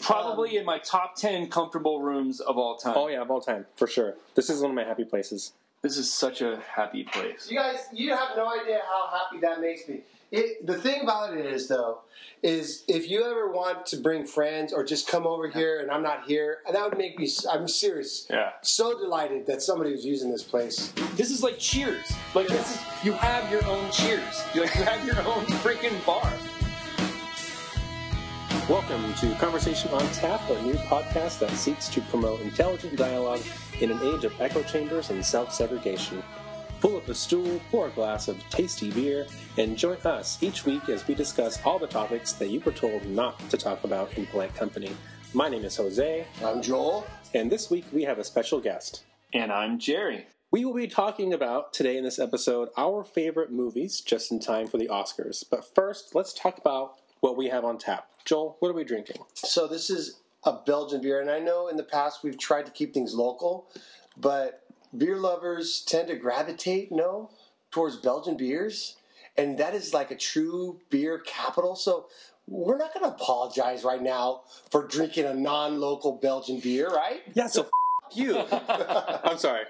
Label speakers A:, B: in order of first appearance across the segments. A: Probably in my top ten comfortable rooms of all time.
B: Oh yeah, of all time for sure. This is one of my happy places.
A: This is such a happy place.
C: You guys, you have no idea how happy that makes me. It, the thing about it is, though, is if you ever want to bring friends or just come over here and I'm not here, that would make me. I'm serious.
A: Yeah.
C: So delighted that somebody was using this place.
A: This is like Cheers. Like this is you have your own Cheers. You like you have your own freaking bar.
B: Welcome to Conversation on Tap, a new podcast that seeks to promote intelligent dialogue in an age of echo chambers and self segregation. Pull up a stool, pour a glass of tasty beer, and join us each week as we discuss all the topics that you were told not to talk about in polite company. My name is Jose,
C: I'm Joel.
B: and this week we have a special guest.
A: And I'm Jerry.
B: We will be talking about today in this episode our favorite movies just in time for the Oscars. But first, let's talk about what we have on tap. Joel, what are we drinking?
C: So this is a Belgian beer, and I know in the past we've tried to keep things local, but beer lovers tend to gravitate no towards Belgian beers, and that is like a true beer capital. So we're not going to apologize right now for drinking a non-local Belgian beer, right?
B: Yeah, so f- you. I'm sorry.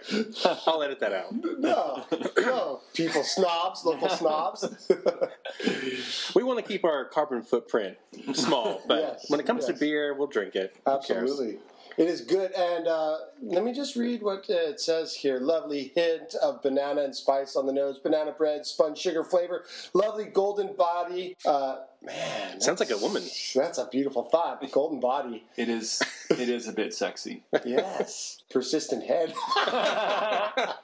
B: I'll edit that out.
C: No, no, people snobs, local snobs.
B: We want to keep our carbon footprint small, but
C: Yes,
B: when it comes to
C: yes.
B: beer, we'll drink it. Who cares?
C: Absolutely. It is good. And uh, let me just read what uh, it says here. Lovely hint of banana and spice on the nose, banana bread, spun sugar flavor, lovely golden body. Uh, man.
B: Sounds like a
C: that's-
B: woman.
C: That's a beautiful thought. Golden body.
A: It is it is a bit sexy.
C: Yes. Persistent head.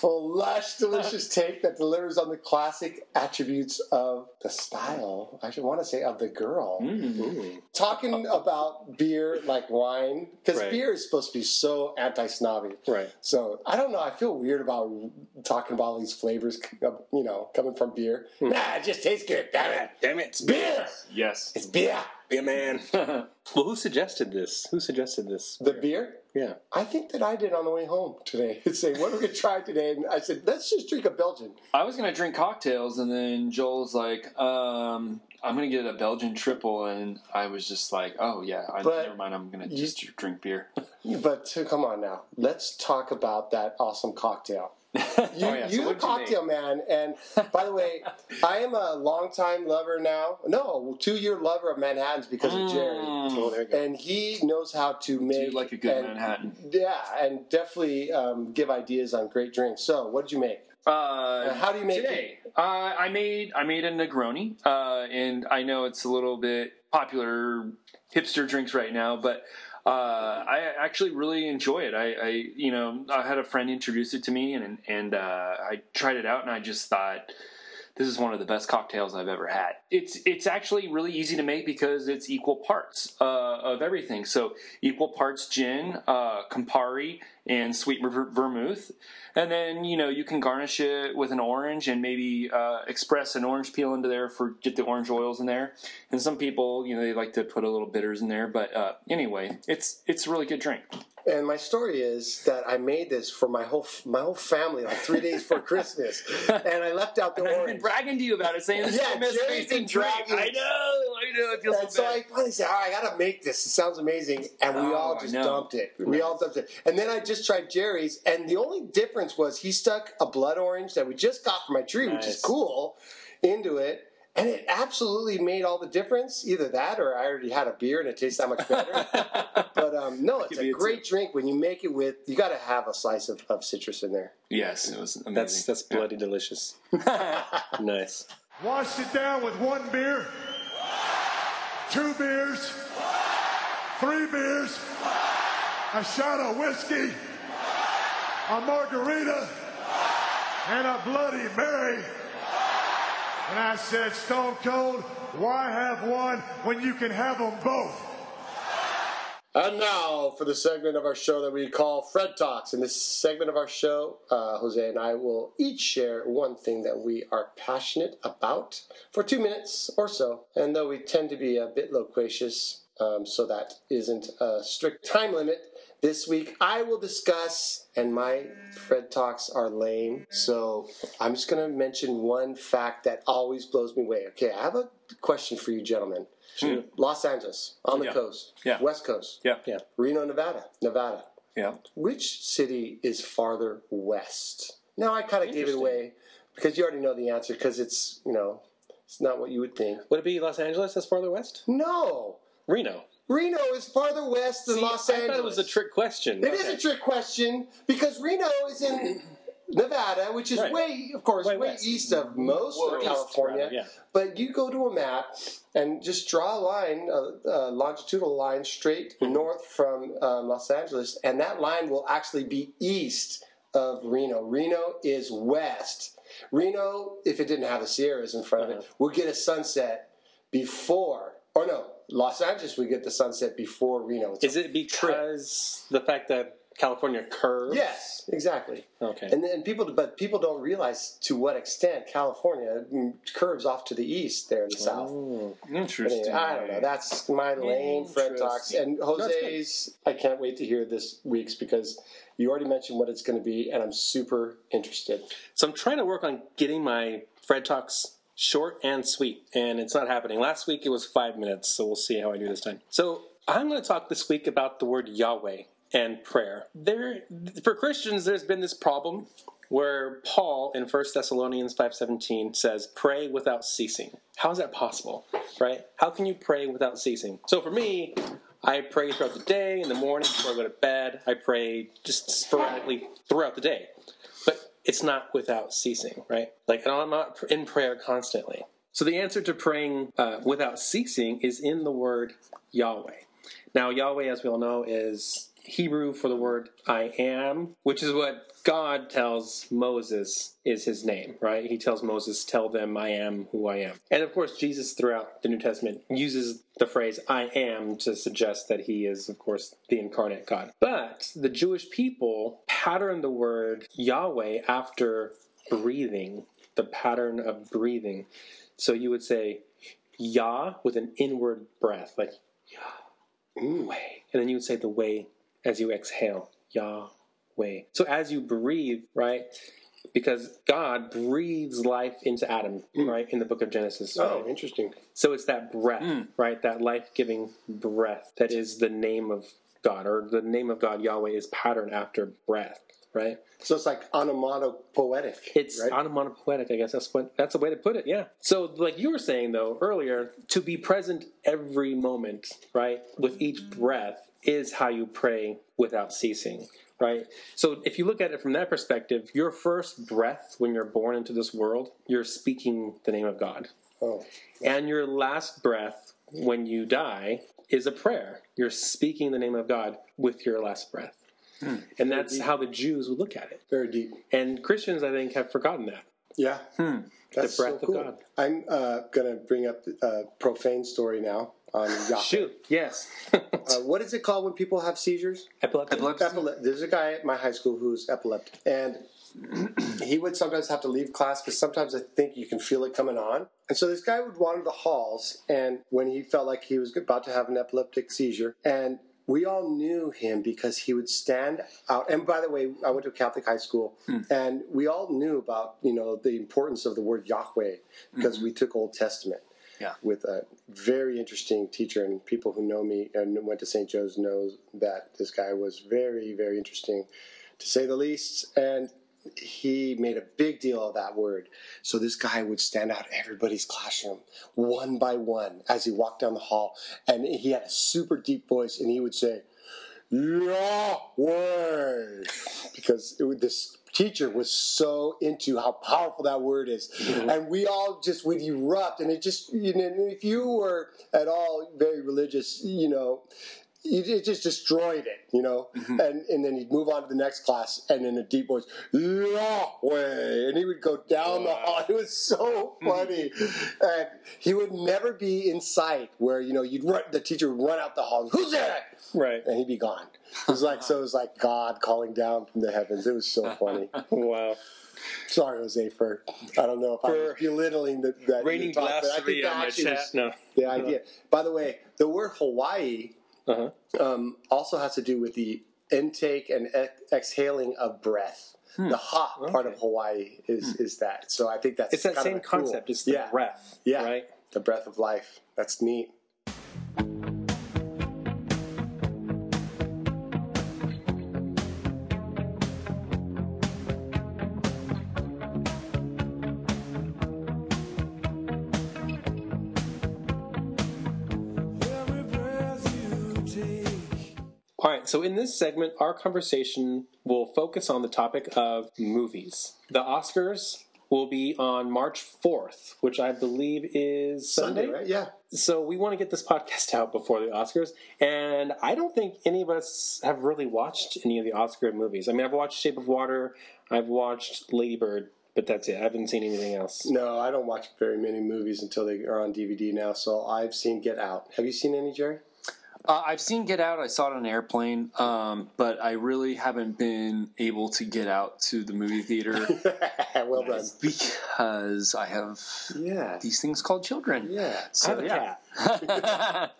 C: Full, lush, delicious take that delivers on the classic attributes of the style. I should want to say of the girl.
B: Hmm?
A: Mm,
B: Ooh.
C: talking about beer like wine because
B: Right.
C: beer is supposed to be so anti-snobby
B: Right.
C: so i don't know i feel weird about talking about all these flavors you know coming from beer
B: Hmm.
C: nah it just tastes good damn it
B: Damn it. It's
C: beer
A: Yes.
C: it's beer
B: Beer man. well, who suggested this? Who suggested this?
C: the beer
B: yeah.
C: i think that i did on the way home today and say what are we gonna try today and i said let's just drink a belgian
A: I was gonna drink cocktails and then Joel's like, um, I'm gonna get a Belgian triple and I was just like, Oh yeah, I,
C: But
A: never mind, I'm gonna
C: you-
A: just drink beer.
C: but to, come on now let's talk about that awesome cocktail You,
B: Oh, yeah. So
C: you the
B: what'd you
C: cocktail man. And by the way, I am a longtime lover now. No, two year lover of Manhattan's because of Jerry.
A: Mm.
B: Oh, there you go.
C: And he knows how to
A: Do
C: make.
A: you like a good
C: and-
A: Manhattan?
C: Yeah, and definitely um, give ideas on great drinks. So, what did you make?
A: Uh,
C: Uh, how do you make
A: today? Uh, I made I made a Negroni, uh, and I know it's a little bit popular hipster drinks right now, but uh, I actually really enjoy it. I, I you know I had a friend introduce it to me, and and uh, I tried it out, and I just thought. This is one of the best cocktails I've ever had. It's it's actually really easy to make because it's equal parts uh, of everything. So equal parts gin, uh, Campari, and sweet ver- vermouth, and then you know you can garnish it with an orange and maybe uh, express an orange peel into there for get the orange oils in there. And some people you know they like to put a little bitters in there, but uh, anyway, it's it's a really good drink.
C: And my story is that I made this for my whole my whole family, like three days for Christmas, and I left out the
A: I've
C: orange.
A: been bragging to you about it, saying this
C: Yeah,
A: is the best
C: Jerry's been
A: tasting drink.
C: bragging.
A: I know, I know. It feels
C: And
A: so
C: so
A: bad.
C: I finally said, "All right, I gotta make this. It sounds amazing." And we
A: Oh,
C: all
A: I
C: just
A: know.
C: dumped it. We all dumped it. And then I just tried Jerry's, and the only difference was he stuck a blood orange that we just got from my tree, which is
B: Nice.
C: cool, into it. And it absolutely made all the difference. Either that, or I already had a beer and it tastes that much better. but um, no, it's
A: be
C: a
A: it,
C: great drink when you make it with. You got to have a slice of, of citrus in there.
A: yes, it was amazing.
B: That's that's bloody delicious. nice.
D: Washed it down with one beer, two beers, three beers, a shot of whiskey, a margarita, and a Bloody Mary. And I said, Stone Cold, why have one when you can have them both?
C: And now for the segment of our show that we call Fred Talks. In this segment of our show, uh, Jose and I will each share one thing that we are passionate about for two minutes or so. And though we tend to be a bit loquacious, um, so that isn't a strict time limit, this week I will discuss, and my Fred Talks are lame, so I'm just going to mention one fact that always blows me away. Okay, I have a question for you, gentlemen.
E: Shoot.
C: Los Angeles, on the
E: Yeah.
C: coast,
E: Yeah.
C: West Coast,
E: Yeah.
B: Yeah.
C: Reno, Nevada, Nevada.
E: Yeah.
C: Which city is farther west? Now I kind of gave it away because you already know the answer because it's you know it's not what you would think.
B: Would it be Los Angeles that's farther west?
C: No,
B: Reno.
C: Reno is farther west than
B: See,
C: Los
B: I
C: Angeles.
B: thought it was a trick question.
C: It is a trick question because Reno is in Nevada, which is
B: Right.
C: way, of course,
B: Way
C: way,
B: west.
C: east of most of
E: east,
C: California.
B: rather, yeah.
C: But you go to a map and just draw a line, a, a longitudinal line, straight
B: Mm-hmm.
C: north from um, Los Angeles, and that line will actually be east of Reno. Reno is west. Reno, if it didn't have the Sierras in front
B: Uh-huh.
C: of it, would get a sunset before, or no, Los Angeles would get the sunset before Reno. It's a
B: Is it because the fact that California curves?
C: Yes, exactly.
B: Okay.
C: And then people, but people don't realize to what extent California mm, curves off to the east there in the south.
B: Oh,
E: Interesting.
C: I don't know. That's my lane, Fred Talks. And Jose's, I can't wait to hear this week's because you already mentioned what it's going to be, and I'm super interested.
B: So I'm trying to work on getting my Fred Talks short and sweet, and it's not happening. Last week it was five minutes, so we'll see how I do this time. So I'm going to talk this week about the word Yahweh and prayer. There, for Christians, there's been this problem where Paul in 1 Thessalonians 5:17 says pray without ceasing. How is that possible? Right? How can you pray without ceasing? So for me, I pray throughout the day, in the morning before I go to bed, I pray just sporadically throughout the day but it's not without ceasing, right? Like, and I'm not in prayer constantly. So the answer to praying uh, without ceasing is in the word Yahweh. Now, Yahweh, as we all know, is Hebrew for the word I am, which is what God tells Moses is his name, right? He tells Moses, Tell them I am who I am. And of course, Jesus throughout the New Testament uses the phrase I am to suggest that he is, of course, the incarnate God. But the Jewish people patterned the word Yahweh after breathing, the pattern of breathing. So you would say Yah with an inward breath, like way. And then you would say the way as you exhale, Yahweh. So as you breathe, right? Because God breathes life into Adam, right? In the book of Genesis.
C: Oh,
B: right?
C: interesting.
B: So it's that breath, right? That life giving breath that is the name of God, or the name of God, Yahweh, is patterned after breath, right?
C: So it's like onomatopoetic.
B: It's
C: right?
B: onomatopoetic, I guess that's what that's a way to put it. Yeah. So, like you were saying though earlier, to be present every moment, right, with each breath is how you pray without ceasing, right? So, if you look at it from that persptive, your first breath when you're born into this world, you're speaking the name of God,
C: oh,
B: and your last breath when you die is a prayer. You're speaking the name of God with your last breath. And that's how the Jews would look at it.
C: very deep.
B: And Christians, I think, have forgotten that.
C: Yeah. That's
B: Hmm. The breath
C: so
B: of
C: cool.
B: God.
C: I'm uh, going to bring up a profane story now on Yahweh.
B: Shoot, yes.
C: Uh, what is it called when people have seizures?
B: Epileptic.
C: Epile- There's a guy at my high school who's epileptic, and he would sometimes have to leave class because sometimes I think you can feel it coming on. And so this guy would wander the halls, and when he felt like he was about to have an epileptic seizure, and we all knew him because he would stand out. And by the way, I went to a Catholic high school, and we all knew about you know the importance of the word Yahweh because we took Old Testament with a very interesting teacher and people who know me and went to St. Joe's knows that this guy was very very interesting to say the least and he made a big deal of that word so this guy would stand out everybody's classroom one by one as he walked down the hall and he had a super deep voice and he would say Yahweh because it would, this teacher was so into how powerful that word is, and we all just would erupt. And it just, you know, if you were at all very religious, you know, it, it just destroyed it, you know. And and then he'd move on to the next class, and in a deep voice, Yahweh, and he would go down the hall. It was so funny, and he would never be in sight where you know you'd run. The teacher would run out the hall. Who's that?
B: Right.
C: and he'd be gone. It was like so. It was like God calling down from the heavens. It was so funny.
B: Wow.
C: Sorry, Jose, for I don't know if I was
B: For
C: belittling the, that
B: Raining
C: your talk, but I
B: blasphemy
C: think that
B: on my
C: actually
B: chat.
C: was
B: No.
C: The idea. By the way, the word Hawaii
B: Uh-huh.
C: um, also has to do with the intake and ex- exhaling of breath.
B: Hmm.
C: The ha part of Hawaii is is that. So I think that's
B: It's that
C: kind of
B: same
C: a cool-
B: concept. It's the
C: yeah,
B: breath,
C: yeah,
B: right?
C: the breath of life. That's neat.
B: All right, so in this segment, our conversation will focus on the topic of movies. The Oscars will be on March 4th, which I believe is Sunday.
C: Sunday, right? Yeah.
B: So we want to get this podcast out before the Oscars, and I don't think any of us have really watched any of the Oscar movies. I mean, I've watched Shape of Water, I've watched Lady Bird, but that's it. I haven't seen anything else.
C: No, I don't watch very many movies until they are on DVD now. So I've seen Get Out. Have you seen any, Jerry?
A: Uh, I've seen Get Out. I saw it on an airplane, um, but I really haven't been able to get out to the movie theater
C: well
A: because I have
C: done. Yeah.
A: these things called children.
C: Yeah.
B: I
A: So,
B: have a
A: yeah.
B: cat.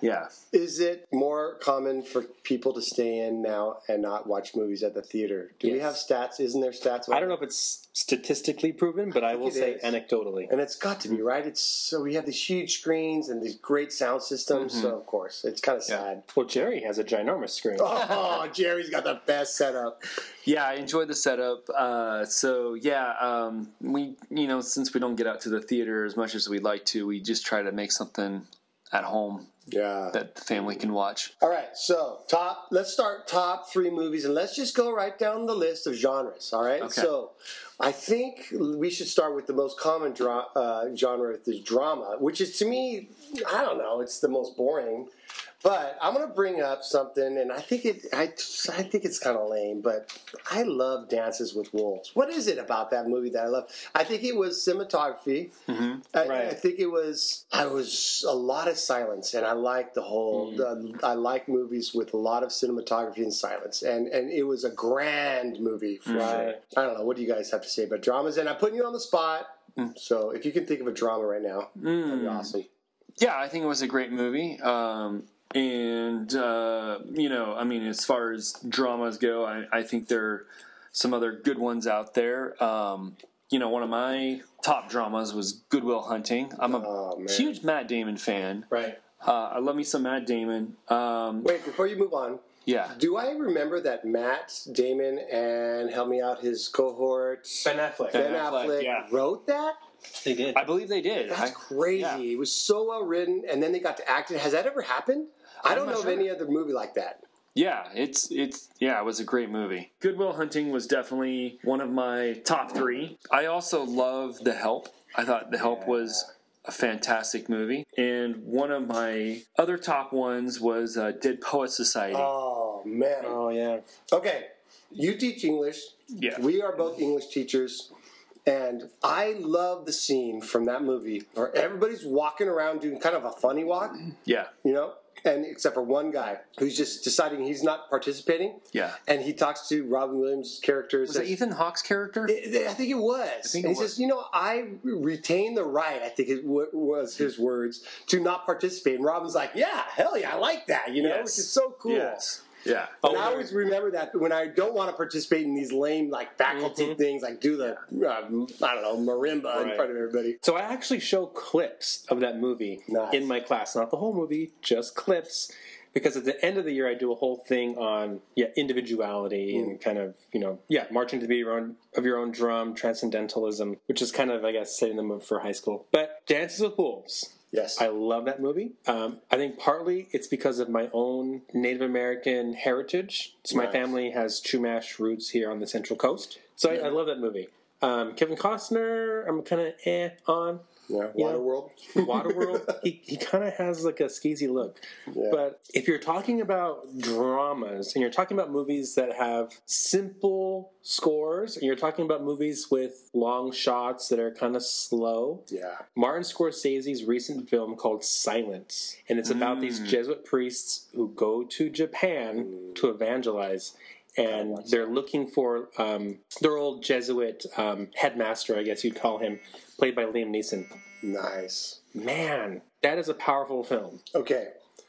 A: yeah.
C: Is it more common for people to stay in now and not watch movies at the theater? Do we have
B: Yes.
C: stats? Isn't there stats?
B: I don't know if it's statistically proven, but I, will
C: it
B: say
C: is.
B: anecdotally.
C: And it's got to be right. It's so we have these huge screens and these great sound systems.
B: Mm-hmm.
C: So of course, it's kind of sad.
B: Well, Jerry has a ginormous screen.
C: Oh, Jerry's got the best setup.
A: Yeah, I enjoyed the setup. Uh, so yeah, um, we you know since we don't get out to the theater as much as we'd like to, we just try to make something at home
C: Yeah.
A: that the family can watch.
C: All right, so top. Let's start top three movies, and let's just go right down the list of genres. All right,
A: Okay.
C: so I think we should start with the most common dra- uh, genre, the drama, which is to me, I don't know, it's the most boring. But I'm gonna bring up something, and I think it, I, I think it's kind of lame, but I love Dances with Wolves. What is it about that movie that I love? I think it was cinematography. I,
B: Mm-hmm. Right.
C: I think it was I was a lot of silence, and I like the whole.
B: Mm-hmm.
C: the- I like movies with a lot of cinematography and silence, and and it was a grand movie for sure.
B: Mm-hmm. Right.
C: I don't know. What do you guys have to say about dramas? And I'm putting you on the spot,
B: Mm.
C: so if you can think of a drama right now, that'd
A: Mm.
C: be awesome.
A: Yeah, I think it was a great movie. Um, and uh, you know, I mean, as far as dramas go, I, I think there are some other good ones out there. Um, you know, one of my top dramas was Goodwill Hunting. I'm a
C: Oh, man.
A: huge Matt Damon fan.
C: Right.
A: Uh, I love me some Matt Damon. Um,
C: Wait, before you move on,
A: yeah.
C: do I remember that Matt Damon and help me out his cohort
B: Ben Affleck.
C: Ben
A: Affleck,
C: Affleck
B: yeah.
C: wrote that?
B: They did.
A: I believe they did.
C: That's
A: I-
C: crazy.
A: yeah.
C: It was so well written, and then they got to act it. Has that ever happened? I don't
A: not
C: know of
A: sure.
C: any other movie like that.
A: Yeah, it's it's yeah, it was a great movie. Goodwill Hunting was definitely one of my top three. I also love The Help. I thought The Help was a fantastic movie, and one of my other top ones was uh, Dead Poet Society.
C: Oh man.
B: oh yeah.
C: Okay, you teach English.
A: yeah,
C: We are both English teachers, and I love the scene from that movie where everybody's walking around doing kind of a funny walk,
A: yeah,
C: you know, and except for one guy who's just deciding he's not participating,
A: yeah.
C: and he talks to Robin Williams' character.
A: Was it Ethan Hawke's character?
C: I I think it was.
A: think
C: And
A: it
C: he
A: was.
C: says, you know, I retain the right, I think it w- was his words, to not participate. And Robin's like, yeah, hell yeah, I like that, you know,
A: Yes.
C: which is so cool.
A: Yes. Yeah.
C: And I always remember that when I don't want to participate in these lame, like, faculty
A: Mm-hmm.
C: things, like do the, uh, I don't know, marimba in
B: Right.
C: front of everybody.
B: So I actually show clips of that movie
C: Nice.
B: in my class, not the whole movie, just clips. Because at the end of the year, I do a whole thing on yeah individuality and kind of you know yeah marching to the beat of your own, of your own drum, transcendentalism, which is kind of I guess setting them up for high school. But Dances with Wolves,
C: Yes.
B: I love that movie. Um, I think partly it's because of my own Native American heritage. So my
C: Nice.
B: family has Chumash roots here on the Central Coast. So I, I love that movie. Um, Kevin Costner, I'm kind of eh on.
C: yeah,
B: Yeah.
C: Waterworld.
B: Waterworld, he, he kind of has like a skeezy look.
C: Yeah.
B: But if you're talking about dramas and you're talking about movies that have simple scores and you're talking about movies with long shots that are kind of slow,
C: yeah.
B: Martin Scorsese's recent film called Silence, and it's about these
C: Mm.
B: Jesuit priests who go to Japan to evangelize, and they're looking for um, their old Jesuit um, headmaster, I guess you'd call him, played by Liam Neeson.
C: Nice.
B: Man, that is a powerful film.
C: Okay,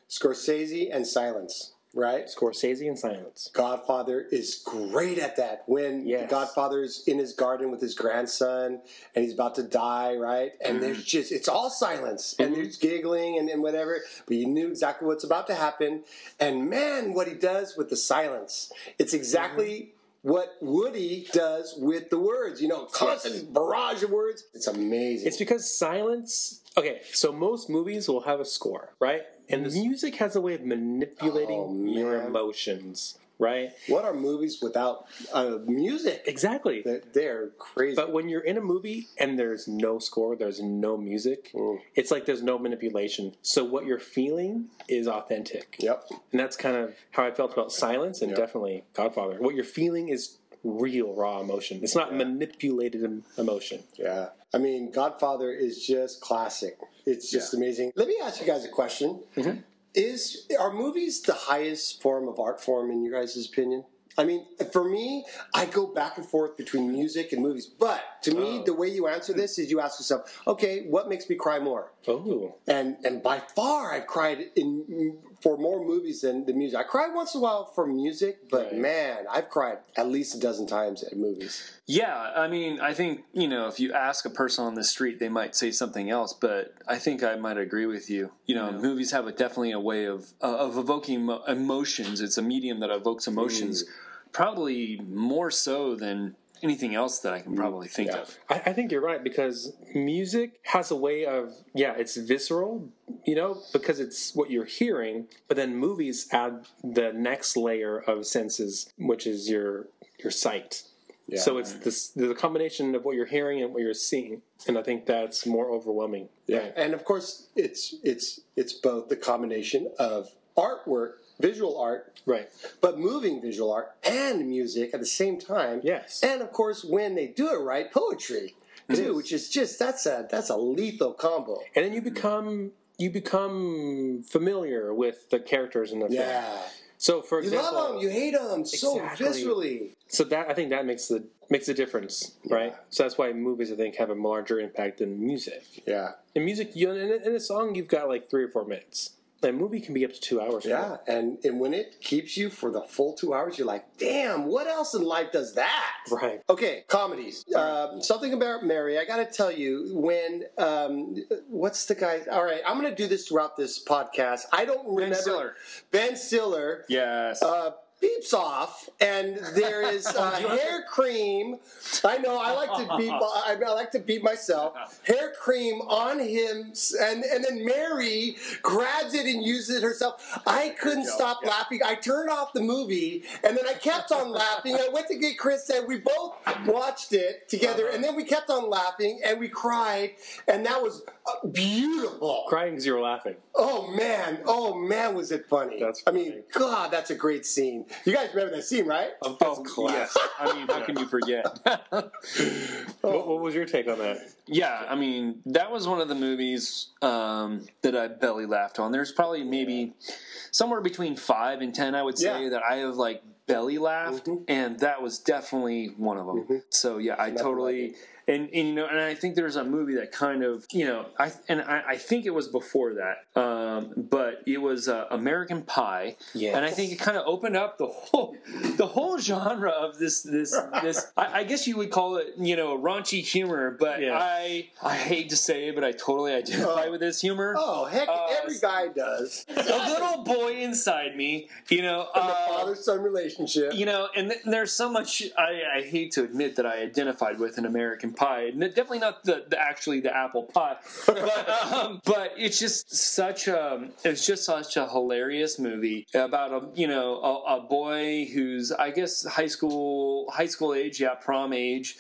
C: Scorsese and Silence, right?
B: Scorsese and Silence.
C: Godfather is great at that. When the
B: Yes.
C: Godfather's in his garden with his grandson and he's about to die, right? And
B: Mm.
C: there's just, it's all silence
B: Mm-hmm.
C: and there's giggling and, and whatever, but you knew exactly what's about to happen. And man, what he does with the silence. It's exactly
B: Mm-hmm.
C: what Woody does with the words, you know, constant barrage of words. It's amazing.
B: It's because silence Okay, so most movies will have a score, right? And the music has a way of manipulating
C: Oh,
B: your
C: man.
B: emotions, right?
C: What are movies without uh, music?
B: Exactly.
C: They're- They're crazy.
B: But when you're in a movie and there's no score, there's no music,
C: Mm.
B: it's like there's no manipulation. So what you're feeling is authentic.
C: yep.
B: And that's kind of how I felt about Silence and
C: Yeah.
B: definitely Godfather. What you're feeling is real, raw emotion. It's not manipulated em- emotion.
C: Yeah. I mean, Godfather is just classic. It's just amazing. Let me ask you guys a question. Is are movies the highest form of art form in your guys' opinion? I mean, for me, I go back and forth between music and movies. But to me, the way you answer this is you ask yourself, okay, what makes me cry more?
B: Oh,
C: and and by far I've cried in for more movies than the music. I cry once in a while for music, but
B: Right.
C: man, I've cried at least a dozen times at movies.
A: Yeah, I mean, I think, you know, if you ask a person on the street, they might say something else, but I think I might agree with you. You know, movies have a, definitely a way of uh, of evoking emo- emotions. It's a medium that evokes emotions probably more so than anything else that I can probably think
C: yeah.
A: of.
B: I, I think you're right because music has a way of yeah, it's visceral, you know, because it's what you're hearing. But then movies add the next layer of senses, which is your your sight. So it's this the combination of what you're hearing and what you're seeing, and I think that's more overwhelming. Right.
C: And of course, it's it's it's both the combination of artwork, visual art,
B: Right.
C: but moving visual art and music at the same time.
B: Yes.
C: And of course, when they do it right, poetry too, which is just that's a that's a lethal combo.
B: And then you become you become familiar with the characters in the film.
C: Yeah.
B: So for
C: You
B: example,
C: love them, you hate them so
B: Exactly.
C: viscerally.
B: so that I think that makes the makes a difference, right? So that's why movies I think have a larger impact than music.
C: Yeah.
B: In music, you in a, in a song you've got like three or four minutes. A movie can be up to two hours.
C: Yeah, and, and when it keeps you for the full two hours, you're like, damn, what else in life does that?
B: Right.
C: Okay, comedies. Um, something about Mary. I got to tell you, when um, what's the guy? All right, I'm going to do this throughout this podcast. I don't remember
A: Stiller.
C: Ben Stiller
A: Yes.
C: uh, beeps off, and there is uh, hair cream. I know I like to beep. I, I like to beep myself. Hair cream on him, s- and and then Mary grabs it and uses it herself. I couldn't stop laughing. I turned off the movie, and then I kept on laughing. I went to get Chris, and we both watched it together, and then we kept on laughing, and we cried, and that was uh, beautiful.
B: Crying because you were laughing.
C: Oh man, oh man, was it funny?
B: That's
C: I
B: funny.
C: mean, God, that's a great scene. You guys remember that scene, right?
A: oh, yes. I mean, how can you forget?
C: Oh.
B: What, what was your take on that?
A: Yeah, I mean, that was one of the movies um, that I belly laughed on. There's probably maybe somewhere between five and ten, I would say,
C: Yeah.
A: that I have like belly laughed, and that was definitely one of them. So yeah, I totally. and, and you know, and I think there's a movie that kind of you know, I and I, I think it was before that, um, but it was uh, American Pie,
B: Yes.
A: and I think it kind of opened up the whole the whole genre of this this this. I, I guess you would call it you know raunchy humor, but
B: Yeah.
A: I I hate to say it, but I totally identify
C: Oh.
A: with this humor.
C: Oh heck,
A: Uh,
C: every guy does.
A: The little boy inside me, you know. Uh,
C: Father son relationship.
A: you know, and th- there's so much I, I hate to admit that I identified with in American Pie. N- Definitely not the, the actually the apple pie, but, um, but it's just such a it's just such a hilarious movie about a you know a, a boy who's I guess high school high school age, yeah, prom age.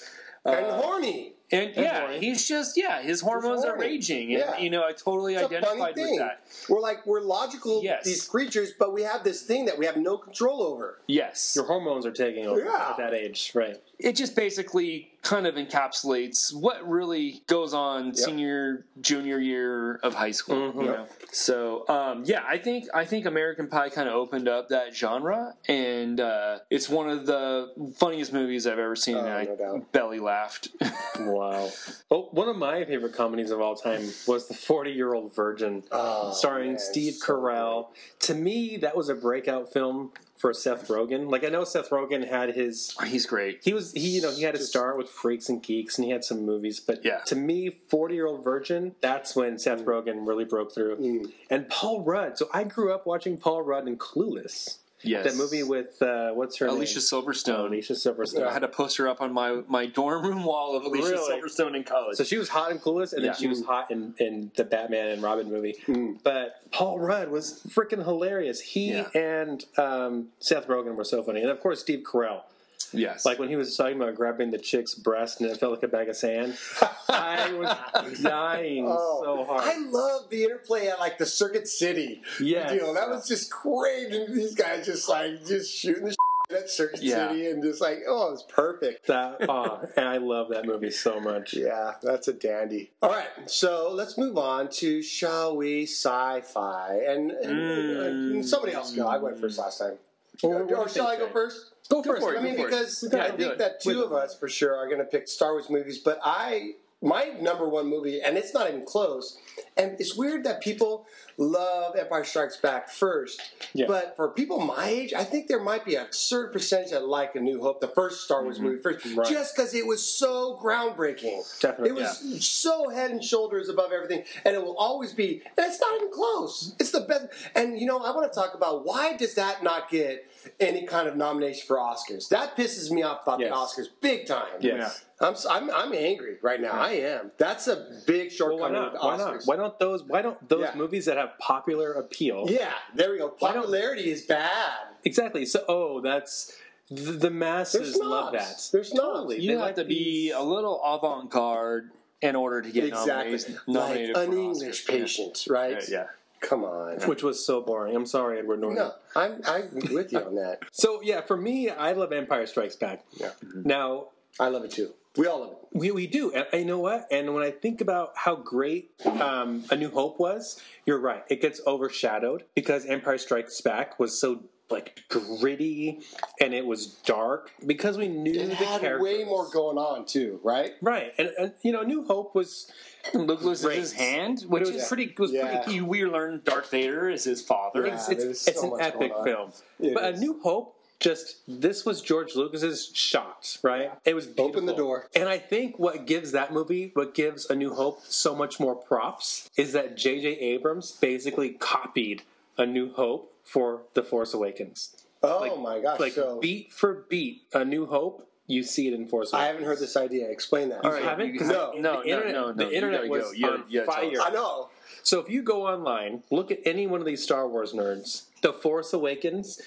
C: and
A: uh,
C: horny.
A: and yeah,
B: horny.
A: he's just yeah, his hormones are
C: horny.
A: raging,
C: Yeah.
A: and you know I totally
C: It's a funny
A: identified with
C: thing.
A: that.
C: We're like we're logical
A: Yes.
C: these creatures, but we have this thing that we have no control over.
A: Yes,
B: Your hormones are taking over
C: Yeah.
B: at that age, right?
A: it just basically kind of encapsulates what really goes on senior junior year of high school you know Mm-hmm. so um, yeah i think i think american pie kind of opened up that genre and uh, it's one of the funniest movies i've ever seen
C: Oh,
A: and i
C: no doubt.
A: belly laughed
B: Wow. Oh, one of my favorite comedies of all time was The 40 Year Old Virgin,
C: Oh,
B: starring
C: man,
B: Steve
C: so
B: Carell. To me, that was a breakout film for Seth Rogen. Like, I know Seth Rogen had his.
A: he's great
B: He was, he, you know, he had his start with Freaks and Geeks and he had some movies, but
A: Yeah.
B: to me, 40 Year Old Virgin, that's when Seth
E: Mm.
B: Rogen really broke through. And Paul Rudd. So I grew up watching Paul Rudd in Clueless.
E: Yes.
B: That movie with uh, what's her
E: Alicia
B: name?
E: Silverstone.
B: Alicia Silverstone.
E: I had to post her up on my, my dorm room wall of Alicia
B: Really?
E: Silverstone in college.
B: So she was hot in Clueless, and
E: Yeah.
B: then she was hot in, in the Batman and Robin movie. But Paul Rudd was freaking hilarious. He
E: Mm. Yeah.
B: and um, Seth Rogen were so funny, and of course Steve Carell.
E: yes.
B: Like when he was talking about grabbing the chick's breast and it felt like a bag of sand. I was dying
C: Oh,
B: so hard.
C: I love the interplay at like the Circuit City
B: Yes.
C: deal. That was just great. And these guys just like just shooting the shit at Circuit
E: Yeah.
C: City and just like, oh, it's perfect.
B: that, oh, and I love that movie so much.
C: Yeah, that's a dandy. All right, so let's move on to shall we sci-fi and, and,
E: Mm.
C: uh, somebody else go. I went first last time.
B: Well, what do
C: or
B: you
C: shall
B: think,
C: I go
B: Jay?
C: first?
B: Go first.
E: for it,
C: I mean,
E: go for it.
C: because
E: Yeah,
C: I
E: do
C: think
E: it.
C: that two
E: With-
C: of us for sure are going to pick Star Wars movies, but I my number one movie, and it's not even close. And it's weird that people love Empire Strikes Back first,
B: Yeah.
C: but for people my age, I think there might be a certain percentage that like A New Hope, the first Star Wars movie first,
B: Right.
C: just because it was so groundbreaking.
B: Definitely,
C: it was so head and shoulders above everything, and it will always be. And it's not even close. It's the best. And you know, I want to talk about why does that not get any kind of nomination for Oscars? That pisses me off about
B: Yes.
C: the Oscars big time.
B: Yes.
C: I'm, s- I'm I'm angry right now. I am. That's a big
B: Well, why
C: shortcoming
B: not?
C: with
B: Why
C: Oscars.
B: not? Why don't those? Why don't those
C: Yeah.
B: movies that have popular appeal?
C: Yeah, there we go.
B: don't-
C: Popularity is bad.
B: Exactly. So, oh, that's the, the masses
C: There's
B: love
C: not.
B: that.
C: There's not.
E: you
B: they
E: have
B: like
E: to be
B: these-
E: a little avant garde in order to get
C: Exactly.
E: nominated.
C: Like
E: nominated
C: an
E: for
C: English
E: Oscars.
C: patient,
E: Yeah.
C: right?
E: yeah.
C: Come on.
B: Which was so boring. I'm sorry, Edward Norton.
C: No, I'm I'm with you on that.
B: So yeah, for me, I love Empire Strikes Back.
C: Yeah.
B: Now
C: I love it too. We all love it.
B: we, we do, and and you know what? And when I think about how great um, A New Hope was, you're right. It gets overshadowed because Empire Strikes Back was so like gritty and it was dark because we knew
C: It
B: the
C: had
B: characters.
C: way more going on too, right?
B: Right, and, and you know, A New Hope was
E: Luke loses his
B: Great.
E: hand, which
B: was-
E: is pretty. Was
C: Yeah.
E: pretty key. We learned Darth Vader is his father.
C: Yeah.
B: it's
C: there's
B: it's,
C: so
B: it's an
C: much
B: epic
C: going on.
B: film.
C: It
B: but
C: is.
B: A New Hope, just this was George Lucas's shot, right? It was beautiful.
C: Open the door.
B: And I think what gives that movie, what gives A New Hope so much more props, is that J.J. Abrams basically copied A New Hope for The Force Awakens.
C: Oh
B: Like-
C: my gosh!
B: Like
C: so
B: beat for beat, A New Hope, you see it in Force Awakens.
C: I haven't heard this idea. Explain that.
B: You haven't? 'Cause
C: No.
B: the
E: No, no,
B: internet-
E: no, no,
B: The
E: you
B: internet
E: gotta
B: was
E: go. You gotta-
B: on
E: yeah, tell
B: fire.
E: us.
C: I know.
B: So if you go online, look at any one of these Star Wars nerds, The Force Awakens,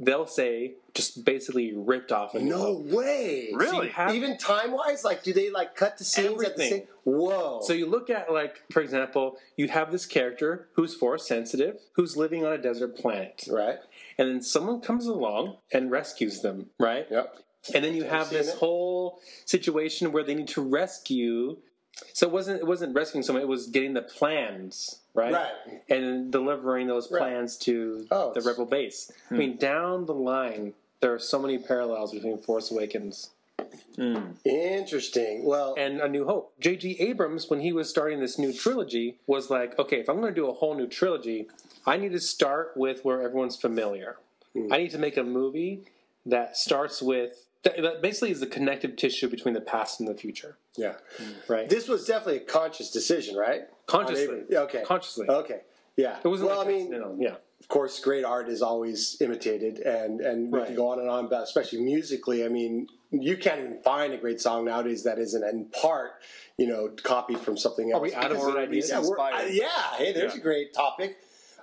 B: they'll say just basically ripped off. A New
C: No
B: Hope.
C: way.
E: Really?
B: So you have-
C: Even time wise, like, do they like cut the scenes at the
B: Everything.
C: same? Whoa!
B: So you look at like, for example, you have this character who's force sensitive, who's living on a desert planet,
C: right?
B: and then someone comes along and rescues them, right?
C: Yep.
B: And then you have
C: seen
B: this
C: it.
B: whole situation where they need to rescue. So it wasn't it wasn't rescuing someone; it was getting the plans, right?
C: Right.
B: And delivering those
C: Right.
B: plans to
C: Oh,
B: the
C: it's-
B: rebel base. I mean, down the line, there are so many parallels between Force Awakens
C: Interesting. Well,
B: and A New Hope. J.G. Abrams, when he was starting this new trilogy, was like, okay, if I'm going to do a whole new trilogy, I need to start with where everyone's familiar. I need to make a movie that starts with that, that basically is the connective tissue between the past and the future,
C: yeah,
B: Mm. right?
C: this was definitely a conscious decision, right?
B: consciously,
C: Maybe. Okay.
B: consciously.
C: Okay. Yeah.
B: it wasn't
C: well,
B: like
C: I mean,
B: accidental, yeah,
C: of course, great art is always imitated, and and we
B: Right.
C: can go on and on about, especially musically. I mean, you can't even find a great song nowadays that isn't in part, you know, copied from something else.
B: Are we out of
C: Because-
B: good ideas?
C: yeah, we're-
E: Inspired.
C: I- yeah, hey, there's
E: Yeah.
C: a great topic.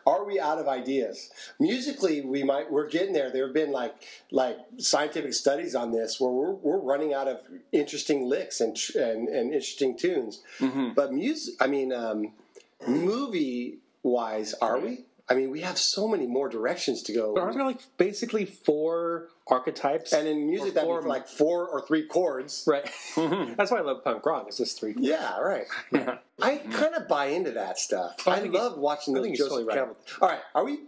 C: Are we out of ideas? Musically, we might we're getting there. There have been like like scientific studies on this where we're, we're running out of interesting licks and tr- and, and interesting tunes.
B: Mm-hmm.
C: But music, I mean, um, movie wise, are we? I mean, we have so many more directions to go.
B: But aren't there like basically four archetypes?
C: and in music, that means like four or three chords.
B: right, that's why I love punk rock. It's just three.
C: Yeah, right. I kind of buy into that stuff. I,
B: think
C: love watching those
B: think he's
C: Joseph
B: totally right.
C: Campbell. All right, are we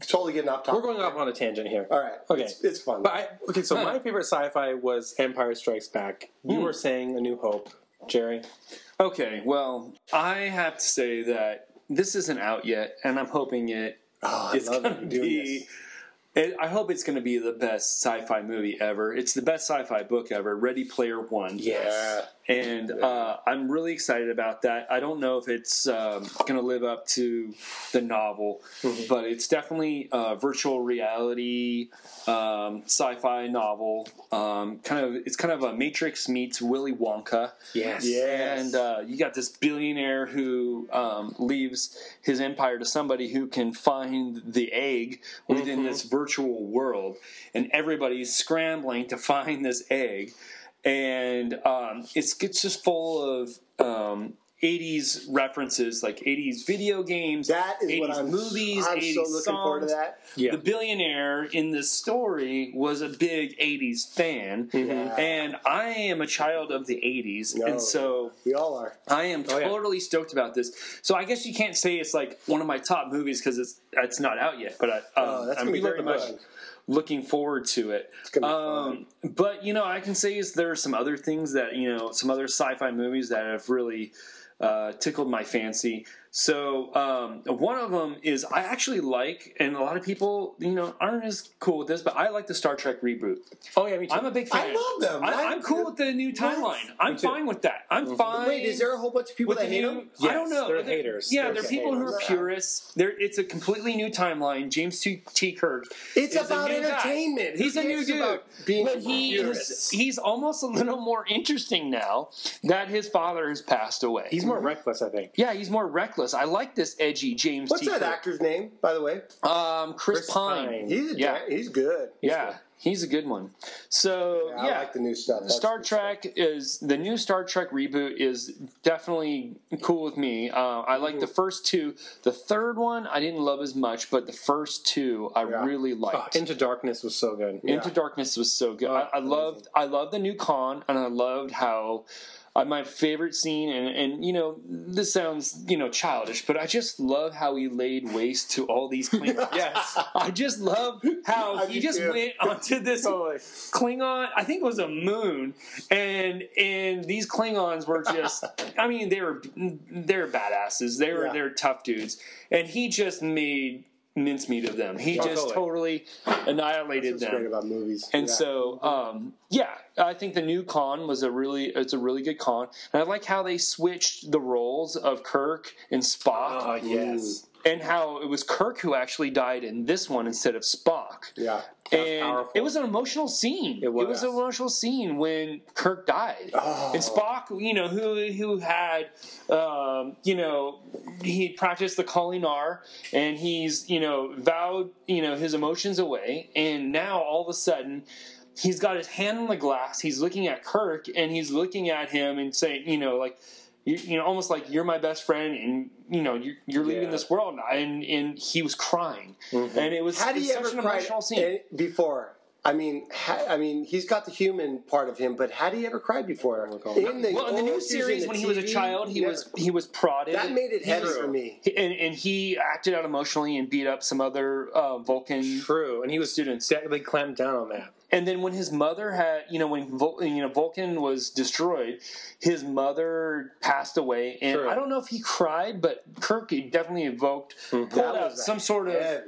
C: totally getting off
B: We're
C: topic?
B: going off on a tangent here.
C: All right,
B: Okay.
C: it's, it's fun.
B: But I, okay, so my favorite sci-fi was Empire Strikes Back. You were saying A New Hope, Jerry.
E: Okay, well, I have to say that this isn't out yet, and I'm hoping it
C: oh, I
E: it's
C: love
E: going
C: that
E: to
C: you're doing
E: be
C: this.
A: And I hope it's going to be the best sci-fi movie ever. It's the best sci-fi book ever. Ready Player One.
C: Yeah.
A: And uh, I'm really excited about that. I don't know if it's um, going to live up to the novel, but it's definitely a virtual reality um, sci-fi novel. Um, kind of, it's kind of a Matrix meets Willy Wonka.
B: Yes.
C: Yes.
A: And uh, you got this billionaire who um, leaves his empire to somebody who can find the egg within
C: Mm-hmm.
A: this virtual world, and everybody's scrambling to find this egg, and um, it's it's just full of. Um, 80s references like 80s video games
C: That is
A: 80s
C: what I'm.
A: movies
C: I'm
A: 80s
C: so looking
A: songs
C: forward to that.
B: Yeah.
A: the billionaire in this story was a big 80s fan
C: Yeah.
A: and i am a child of the 80s
C: No.
A: and so
C: We all are.
A: i am
C: Oh,
B: yeah.
A: totally stoked about this so i guess you can't say it's like one of my top movies because it's it's not out yet but I, um,
C: Oh, that's
A: i'm
C: gonna be
A: very
C: very
A: much
C: fun.
A: looking forward to it
C: gonna be
A: um, but you know i can say is there are some other things that you know some other sci-fi movies that have really uh, tickled my fancy. So um, one of them is I actually like, and a lot of people you know aren't as cool with this, but I like the Star Trek reboot.
B: Oh yeah, me too.
A: I'm a big fan.
C: I love them.
A: I,
C: I-
A: I'm cool with the new timeline. I'm
B: Me too.
A: fine with that. I'm fine.
C: Mm-hmm. Wait, is there a whole bunch of people
A: with
C: that
A: the
C: hate
A: new,
C: him?
A: I don't
B: Yes,
A: know.
B: they're haters.
A: Yeah,
B: They're
A: they're people who are
C: haters.
A: purists. They're, it's a completely new timeline. James T. T. Kirk.
C: It's
A: is a
C: about
A: new guy.
C: entertainment. Who
A: He's a new
C: cares
A: dude.
C: about being
A: But he is,
C: purists?
A: he's almost a little more interesting now that his father has passed away.
B: He's more reckless, I think.
A: Yeah, he's more reckless. I like this edgy James.
C: What's
A: T.
C: that
A: Kirk.
C: actor's name, by the way?
A: Um, Chris,
B: Chris
A: Pine.
B: Pine.
C: He's a
A: Yeah.
C: yeah. he's good.
A: yeah, he's a good one. So yeah,
C: I like the new stuff. That's
A: Star
C: good
A: Trek is the new Star Trek reboot is definitely cool with me. Uh, I like
C: Mm-hmm.
A: the first two. The third one I didn't love as much, but the first two I
C: Yeah.
A: really
B: Oh,
A: liked.
B: Into Darkness was so good.
A: Into Darkness was so good. I, I
C: Oh, amazing.
A: loved I loved the new con, and I loved how uh, my favorite scene, and and you know this sounds you know childish, but I just love how he laid waste to all these Klingons.
B: Yes.
A: I just love how
C: I
A: he
C: do
A: just
C: too. Oh,
A: went onto this
B: Totally.
A: Klingon. I think it was a moon, and and these Klingons were just. I mean, they were they're badasses. They were
C: Yeah.
A: they're tough dudes, and he just made mincemeat of them. He
B: Oh,
A: just totally annihilated
C: That's what's great
A: them.
C: about movies.
A: And
C: Yeah. Mm-hmm.
A: so, um, yeah, I think the new con was a really it's a really good con, and I like how they switched the roles of Kirk and Spock
B: Oh yes.
A: and how it was Kirk who actually died in this one instead of Spock.
C: yeah.
A: And
B: powerful.
A: it was an emotional scene. It
B: was.
A: an emotional scene when Kirk died.
C: Oh.
A: And Spock, you know, who who had, um, you know, he practiced the Kalinar and he's, you know, vowed, you know, his emotions away. And now all of a sudden, he's got his hand on the glass. He's looking at Kirk and he's looking at him and saying, you know, like, you, you know, almost like you're my best friend and, you know, you're, you're leaving
B: Yeah.
A: this world. And, and he was crying. And it was,
C: How do
A: it's
C: you
A: such
C: ever
A: an
C: cry
A: emotional scene.
C: in- before? I mean, ha, I mean, he's got the human part of him, but had he ever cried before? In the,
A: well, in the
C: old
A: new
C: season,
A: series,
C: the
A: when he was a
C: TV,
A: child, he
C: yeah.
A: was he was prodded.
C: That made it heavy
A: True.
C: for me.
A: He- and, and he acted out emotionally and beat up some other uh, Vulcan.
B: True. And he was
A: Students.
B: definitely clamped down on that.
A: And then when his mother had, you know, when Vul- you know Vulcan was destroyed, his mother passed away, and
B: True.
A: I don't know if he cried, but Kirk definitely evoked pulled
C: Hmm. That
A: out
C: was a
A: some sort of
C: heavy,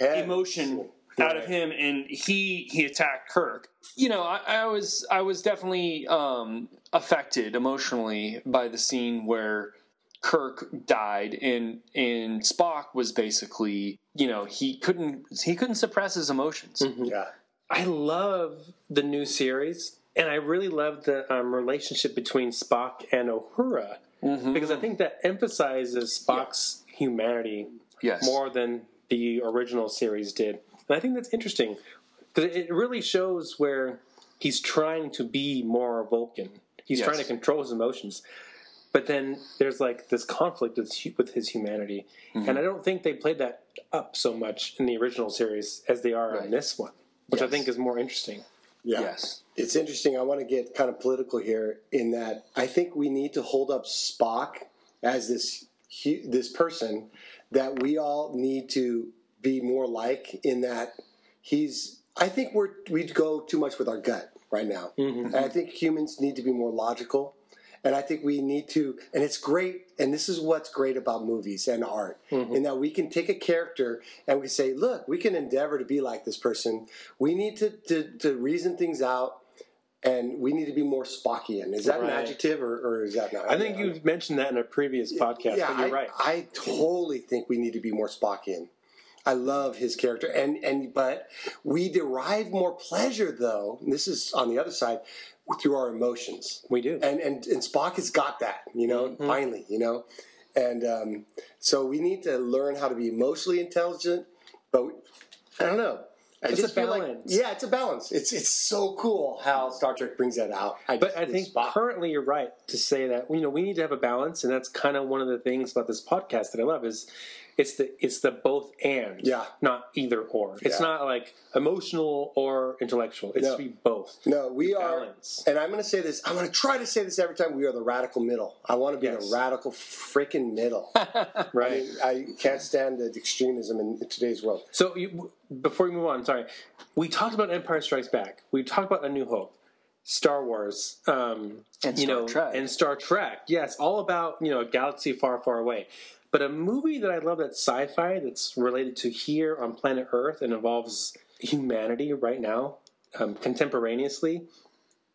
C: heavy
A: emotion
C: scene.
A: out of him, and he he attacked Kirk. You know, I, I was I was definitely um, affected emotionally by the scene where Kirk died, and and Spock was basically you know he couldn't he couldn't suppress his emotions.
C: Mm-hmm. Yeah.
B: I love the new series, and I really love the um, relationship between Spock and Uhura because I think that emphasizes Spock's humanity
A: Yes,
B: more than the original series did, and I think that's interesting because it really shows where he's trying to be more Vulcan. He's
A: Yes.
B: trying to control his emotions, but then there's like this conflict with hu- with his humanity, and I don't think they played that up so much in the original series as they are
A: Right.
B: in this one, which I
A: Yes.
B: think is more interesting.
C: Yeah.
A: yes,
C: It's interesting. I want to get kind of political here in that I think we need to hold up Spock as this hu- this person that we all need to be more like in that he's I think
B: Mm-hmm.
C: we're we go too much with our gut right now. And I think humans need to be more logical And I think we need to, and it's great. And this is what's great about movies and art,
B: Mm-hmm.
C: in that we can take a character and we say, look, we can endeavor to be like this person. We need to to, to reason things out. And we need to be more Spockian. Is that an
B: Right.
C: adjective, or, or is that not?
B: I think you've mentioned that in a previous podcast,
C: yeah,
B: but you're
C: I,
B: right.
C: I totally think we need to be more Spockian. I love his character, and and but we derive more pleasure though. and this is on the other side through our emotions,
B: we do.
C: and and and Spock has got that, you know.
B: Mm-hmm.
C: Finally, you know, and um, so we need to learn how to be emotionally intelligent, but we- I don't know. I
B: It's a
C: feel like-
B: balance.
C: yeah, it's a balance. It's it's so cool how Star Trek brings that out. I
B: But
C: just
B: I think
C: Spock-
B: currently you're right to say that you know we need to have a balance, and that's kind of one of the things about this podcast that I love is it's the it's the both and,
C: Yeah.
B: not either or. It's
C: Yeah.
B: not like emotional or intellectual. It's
C: No.
B: to be both.
C: No, we are,
B: balance.
C: and I'm going to say this. I'm going to try to say this every time. We are the radical middle. I want to be
B: Yes.
C: the radical freaking middle.
B: Right.
C: I can't stand the extremism in, in today's world.
B: so you, before we move on, sorry, we talked about Empire Strikes Back. We talked about A New Hope, Star Wars, um,
A: And
B: you
A: Star
B: know,
A: Trek.
B: and Star Trek. Yes, all about you know a galaxy far, far away. But a movie that I love that's sci-fi that's related to here on planet Earth and involves humanity right now, um, contemporaneously,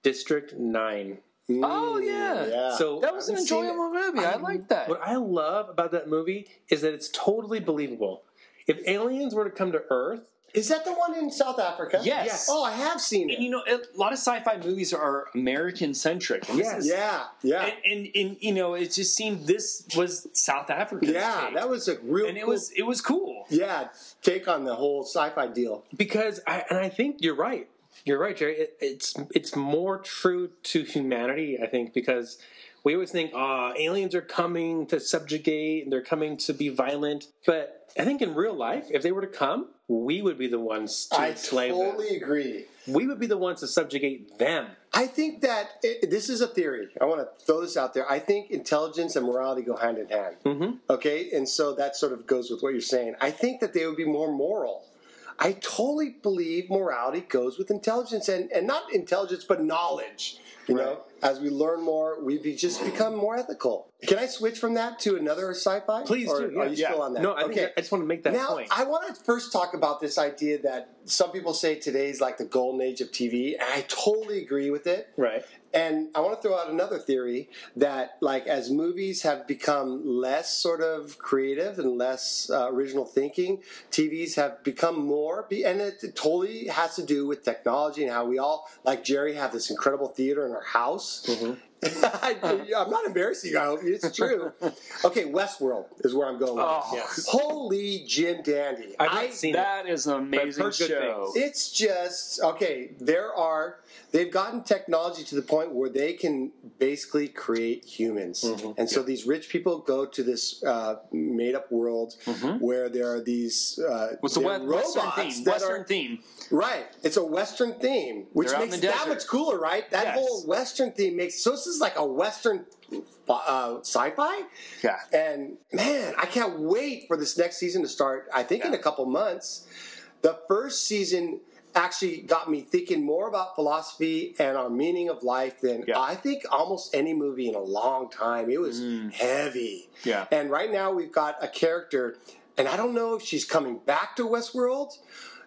B: District Nine.
A: Oh yeah.
C: Mm, Yeah.
B: So
A: That was an
C: haven't seen
A: enjoyable movie. I like that.
B: What I love about that movie is that it's totally believable. If aliens were to come to Earth,
C: Is that the one in South Africa?
A: Yes.
C: Oh, I have seen
A: And, you
C: it.
A: know, a lot of sci-fi movies are American centric. And this
B: Yes.
A: is-
C: Yeah, yeah,
A: And, and and you know, it just seemed this was South African.
C: yeah. That was a real.
A: and it
C: cool-
A: was it was cool.
C: Yeah, take on the whole sci-fi deal.
B: because I, and I think you're right. You're right, Jerry. It, it's it's more true to humanity, I think, because we always think, ah, aliens are coming to subjugate and they're coming to be violent. But I think in real life, if they were to come, we would be the ones to
C: I
B: enslave
C: totally agree.
B: them. We would be the ones to subjugate them.
C: I think that it, this is a theory. I want to throw this out there. I think intelligence and morality go hand in hand.
B: Mm-hmm.
C: Okay, and so that sort of goes with what you're saying. I think that they would be more moral. I totally believe morality goes with intelligence, and and not intelligence, but knowledge. You know, as we learn more, we be, just become more ethical. Can I switch from that to another sci-fi?
B: Please
C: Or
B: do. Yeah,
C: Are you
B: yeah.
C: still on that?
B: No, I, think I just want to make that
C: now,
B: point.
C: I want to first talk about this idea that some people say today's like the golden age of TV, and I totally agree with it.
B: right.
C: And I want to throw out another theory that, like, as movies have become less sort of creative and less uh, original thinking, TVs have become more. Be- and it totally has to do with technology and how we all, like Jerry, have this incredible theater in our house. I, am not embarrassing you. I hope it's true. okay, Westworld is where I'm going. With.
A: Oh,
C: this. Holy Jim Dandy!
B: I've not seen it.
A: That is an amazing
B: heard good
A: show.
C: It's just okay. There are they've gotten technology to the point where they can basically create humans,
A: Mm-hmm.
C: and so these rich people go to this uh, made up world where there are these uh,
A: Mm-hmm. What's the
C: they're
A: we- Western theme?
C: that
A: Western
C: are-
A: theme.
C: Right. It's a Western theme, which
A: They're out in
C: makes it
A: the
C: that
A: desert.
C: much cooler, right? That
A: Yes.
C: whole Western theme makes so. This is like a Western uh, sci-fi.
A: Yeah.
C: And man, I can't wait for this next season to start. I think in a couple months. The first season actually got me thinking more about philosophy and our meaning of life than
A: Yeah.
C: I think almost any movie in a long time. It was heavy.
A: Mm. Yeah.
C: And right now we've got a character, and I don't know if she's coming back to Westworld,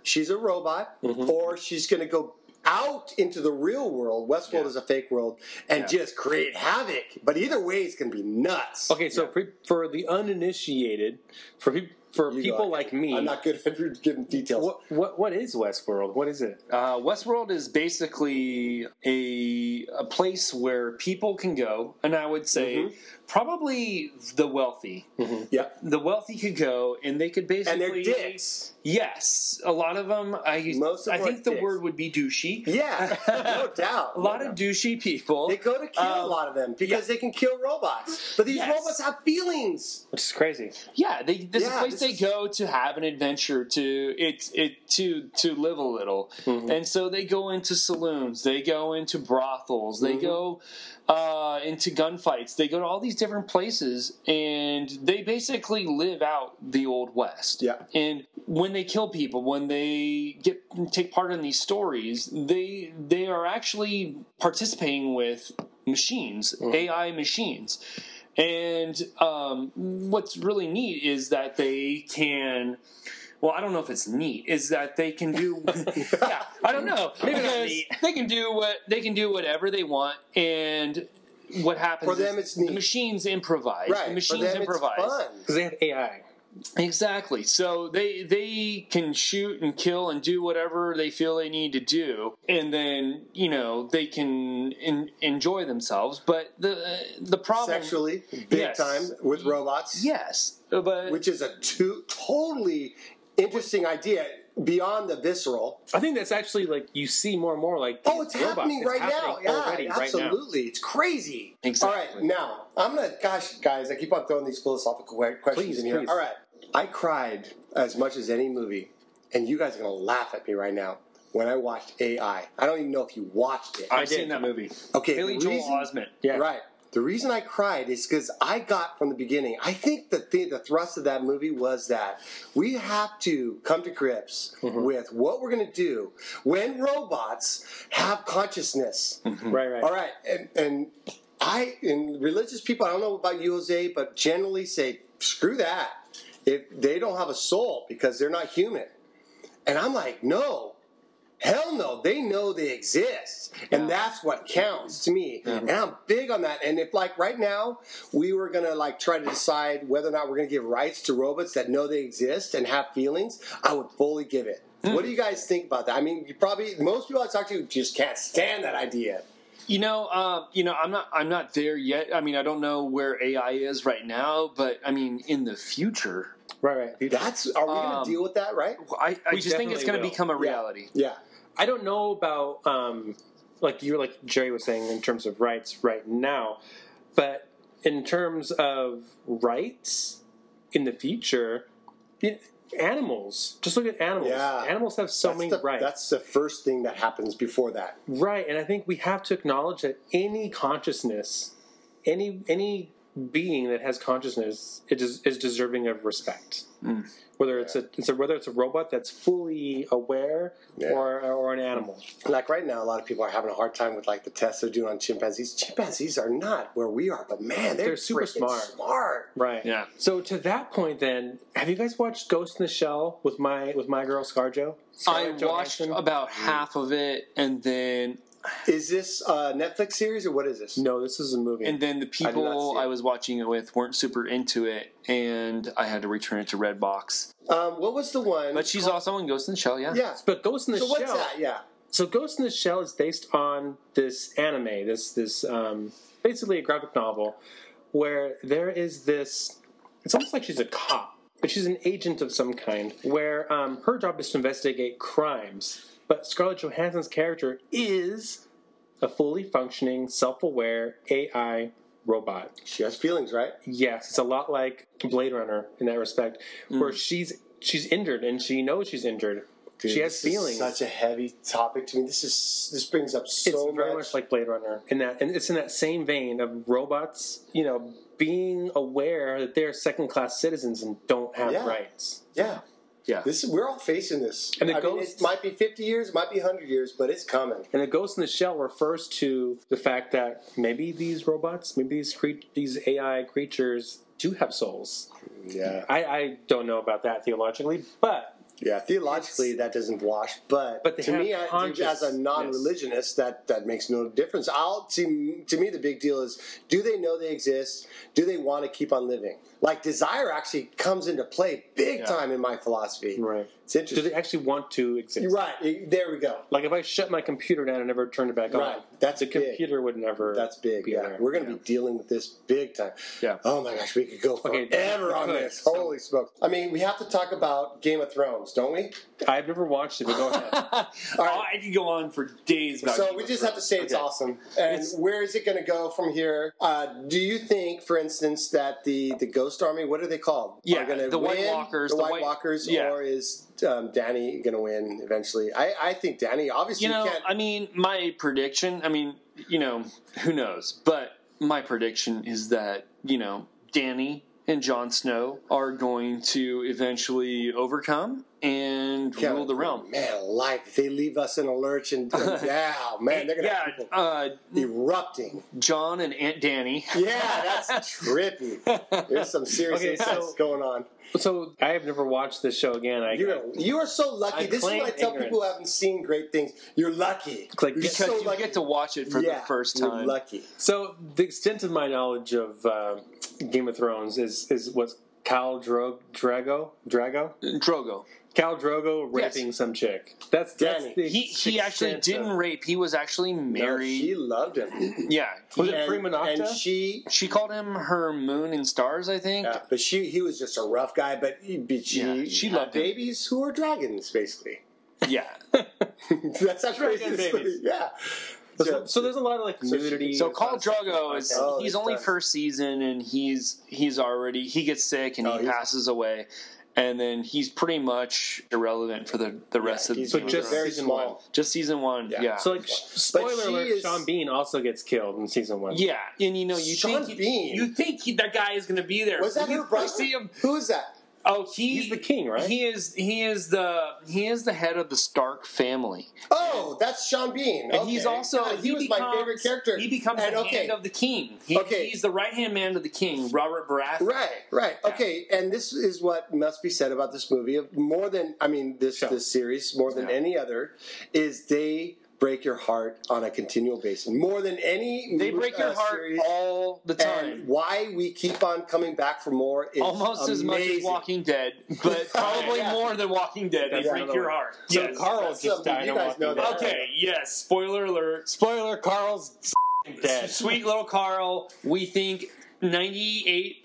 C: she's a robot,
A: Mm-hmm.
C: or she's going to go out into the real world. Westworld is a fake world and just create havoc. But either way, it's going to be nuts.
B: Okay, so for, for the uninitiated, for pe- for
C: You go
B: people
C: ahead.
B: like me,
C: I'm not good at giving details.
B: what what what is Westworld? What is it?
A: Uh, Westworld is basically a a place where people can go, and I would say
C: Mm-hmm.
A: probably the wealthy.
C: yeah.
A: The wealthy could go, and they could
C: Mm-hmm. And
A: basically
C: they're dicks.
A: Yes, a lot of them. I
C: Most of
A: I
C: them are
A: think the
C: dicks.
A: word would be douchey.
C: Yeah, no doubt.
A: a lot of douchey people.
C: They go to kill a
A: Um,
C: lot of them because they can kill robots. But these
A: Yes.
C: robots have feelings.
B: Which is crazy.
A: Yeah, they, this is
C: Yeah,
A: a place
C: this
A: they
C: is-
A: go to have an adventure, to it, it to to live a little, and so they go into saloons, they go into brothels, they go uh, into gunfights, they go to all these different places, and they basically live out the old west.
C: Yeah.
A: and when they kill people, when they get take part in these stories, they they are actually participating with machines,
C: Mm-hmm.
A: AI machines. And um, what's really neat is that they can. Well, I don't know if it's neat. Is that they can do? yeah, I don't know.
E: Maybe not
A: Because
E: neat.
A: They can do what they can do whatever they want, and what happens
C: For them,
A: is
C: it's
A: the
C: neat.
A: machines improvise.
C: Right.
A: The machines
C: For them,
A: improvise.
C: It's fun.
B: Because they have AI.
A: Exactly. So they they can shoot and kill and do whatever they feel they need to do, and then you know they can en- enjoy themselves. But the the problem
C: Sexually, big
A: Yes.
C: time with robots.
A: yes, but
C: Which is a two, totally interesting idea beyond the visceral.
B: I think that's actually like you see more and more like
C: Oh,
B: these
C: it's happening right
B: robots. It's happening
C: now. Yeah,
B: already right now.
C: absolutely. It's crazy.
A: Exactly.
C: All right, now I'm gonna. Gosh, guys, I keep on throwing these philosophical que- questions
B: Please,
C: in here.
B: please.
C: All right, I cried as much as any movie, and you guys are gonna laugh at me right now when I watched AI. I don't even know if you watched it.
A: I've seen that movie.
C: okay,
A: Billy
C: the
A: Joel
C: reason-
A: Osment.
B: Yeah.
C: Right. The reason I cried is because I got from the beginning. I think the th- the thrust of that movie was that we have to come to grips with what we're going to do when robots have consciousness.
B: Mm-hmm. Right, right.
C: All right, and and I and religious people. I don't know about you, Jose, but generally say screw that. If they don't have a soul because they're not human, and I'm like, no, hell no. They know they exist, and that's what counts to me. And I'm big on that. And if like right now we were gonna like try to decide whether or not we're gonna give rights to robots that know they exist and have feelings, I would fully give it.
B: Hmm.
C: What do you guys think about that? I mean, you probably most people I talk to just can't stand that idea.
A: You know, uh, you know, I'm not, I'm not there yet. I mean, I don't know where AI is right now, but I mean, in the future,
B: Right, right.
C: That's are we going
A: Um,
C: to deal with that, right?
A: I, I
B: We
A: just think it's going
B: definitely
A: to
B: will.
A: become a reality.
C: Yeah.
B: I don't know about um, like you like Jerry was saying in terms of rights right now, but in terms of rights in the future, it, animals. Just look at animals.
C: Yeah.
B: Animals have so
C: that's
B: many
C: the,
B: rights.
C: That's the first thing that happens before that.
B: Right, and I think we have to acknowledge that any consciousness, any any being that has consciousness, it is, is deserving of respect.
A: Mm.
B: Whether it's a, it's a whether it's a robot that's fully aware
C: Yeah.
B: or or an animal.
C: Like right now, a lot of people are having a hard time with like the tests they're doing on chimpanzees. Chimpanzees are not where we are, but man, they're,
B: They're super
C: freaking
B: smart.
C: Smart.
B: Right.
A: Yeah.
B: So to that point, then, have you guys watched Ghost in the Shell with my with my girl ScarJo?
A: I
B: Scarlett
A: watched
B: Johansson?
A: about half of it, and then
C: Is this a Netflix series or what is this?
B: No, this is a movie.
A: and then the
C: not
A: people
C: see it.
A: I, was watching it with weren't super into it, and I had to return it to Redbox.
C: Um, what was the one?
A: But she's also in Ghost in the Shell, yeah.
C: yeah.
B: but Ghost in the
C: So
B: Shell.
C: what's that? Yeah.
B: So Ghost in the Shell is based on this anime, this this um, basically a graphic novel, where there is this. It's almost like she's a cop, but she's an agent of some kind. Where um, her job is to investigate crimes, but Scarlett Johansson's character is a fully functioning, self-aware AI robot.
C: She has feelings, right?
B: Yes, it's a lot like Blade Runner in that respect, where she's she's injured and she knows she's injured.
C: Hmm. Dude,
B: she has
C: this is
B: feelings
C: such a heavy topic to me. This is this brings up so
B: it's very
C: much
B: much like Blade Runner in that, and it's in that same vein of robots, you know, being aware that they're second class citizens and don't have
C: Yeah.
B: rights.
C: Yeah.
A: Yeah.
C: This we're all facing this.
B: And the
C: I mean,
B: ghosts-
C: it might be 50 years, it might be 100 years, but it's coming.
B: And the Ghost in the Shell refers to the fact that maybe these robots, maybe these cre- these AI creatures do have souls.
C: Yeah.
B: I, I don't know about that theologically, but
C: Yeah. Theologically that doesn't wash, but,
B: But they
C: to
B: have
C: me I, as a
B: consciousness.
C: non-religionist that that makes no difference. I'll to, to me the big deal is do they know they exist? Do they want to keep on living? Like desire actually comes into play big time in my philosophy.
B: right,
C: It's
B: do
C: interesting.
B: they actually want to exist?
C: You're right. It- There we go.
B: Like if I shut my computer down and never turned it back on,
C: Right. That's
B: the
C: big.
B: computer would never.
C: That's big.
B: be
C: Yeah.
B: there.
C: We're going to be dealing with this big time.
A: Yeah.
C: Oh my gosh, we could go
B: Okay,
C: forever on
B: good.
C: this. Holy smokes. I mean, we have to talk about Game of Thrones, don't we?
B: I've never watched it, but go ahead.
A: Oh, I could go on for days about
C: So
A: Game
C: we
A: of
C: just have to
A: Thrones.
C: say it's
A: Okay.
C: awesome. And where is it going to go from here? Uh, do you think, for instance, that the, the Ghost Army, what are they called?
A: Yeah,
C: are gonna
A: the White
C: win
A: Walkers,
C: The,
A: the
C: White,
A: White-
C: Walkers,
A: yeah.
C: or is um, Danny going to win eventually? I, I think Danny, obviously,
A: You know,
C: can't.
A: I mean, my prediction, I mean, you know, who knows? But my prediction is that, you know, Danny and Jon Snow are going to eventually overcome and
C: Yeah.
A: rule the realm.
C: Man, like they leave us in a lurch and yeah, man, they're gonna
A: Yeah,
C: have people
A: uh,
C: erupting.
A: John and Aunt Danny.
C: Yeah, that's trippy. There's some serious
B: Okay, so-
C: insults going on.
B: So I have never watched this show again. I
C: You are, you are so lucky.
B: I
C: this is what
B: claim
C: I tell people
B: ignorance.
C: who haven't seen great things. You're lucky.
B: Like,
C: you're
A: Because you get to watch it for the first
C: You're
A: time.
C: lucky.
B: so the extent of my knowledge of um Game of Thrones is is what's Cal Dro- Drago Drago
A: Drogo.
B: Cal Drogo
A: Yes.
B: raping some chick. That's that's
C: Danny.
B: the
A: He he actually
B: extent
A: didn't
B: of-
A: rape. He was actually
C: No, she
A: married.
C: loved him.
A: yeah.
B: Was it
C: And-
B: Prima Nocta?
C: And she,
A: She called him her moon and stars, I think.
C: yeah, but she, he was just a rough guy. But, he- but she,
A: Yeah, she
C: had
A: loved him.
C: babies who are dragons, basically.
A: yeah.
C: That's how crazy.
B: Dragon
C: this-
B: babies.
C: Yeah.
B: So, so there's a lot of like
C: So she-
B: nudity.
A: So Khal Drogo is
C: Oh,
A: he's
C: he's
A: only
C: done.
A: first season and he's he's already he gets sick and
C: Oh,
A: he
C: he's-
A: passes away and then he's pretty much irrelevant for the, the rest of the
C: he's
B: So
A: Game of
B: just
A: Thrones.
C: very
B: season
C: small.
B: one.
A: just season one. Yeah.
C: Yeah.
A: Yeah.
B: So like, sh- spoiler
C: she
B: alert:
C: is-
B: Sean Bean also gets killed in season one.
A: And you know you
C: Sean
A: think
C: Bean.
A: you think he, that guy is going to be there.
C: Was that
A: you
C: her brother?
A: see him
C: Who is that?
A: Oh, he,
B: He's the king, right?
A: He is. He is the. He is the head of the Stark family,
C: Oh, that's Sean Bean.
A: and
C: Okay.
A: he's also.
C: God, he, was my
A: becomes-
C: favorite character.
A: He becomes
C: and,
A: the
C: okay,
A: hand of the king. He,
C: Okay.
A: he's the right hand man to the king, Robert Baratheon.
C: Right, right. Okay, and this is what must be said about this movie. Of More than I mean, this
B: Sure.
C: this series more than
A: Yeah.
C: any other is they break your heart on a continual basis. More than any,
A: They break your
C: uh,
A: heart
C: series.
A: all the
C: and
A: time,
C: why we keep on coming back for more is
A: almost as much as
C: amazing.
A: Walking Dead, but probably
C: Yeah.
A: more than Walking Dead. They
B: That's
A: break
B: another
A: your
B: one.
A: heart.
B: So
A: yes.
B: Carl
C: That's
B: just
C: something
B: died
C: you
B: on
C: guys
B: Walking
C: know
B: Dead.
C: that.
A: Okay. Yes. Spoiler alert.
B: Spoiler: Carl's dead.
A: Sweet little Carl. We think. 98%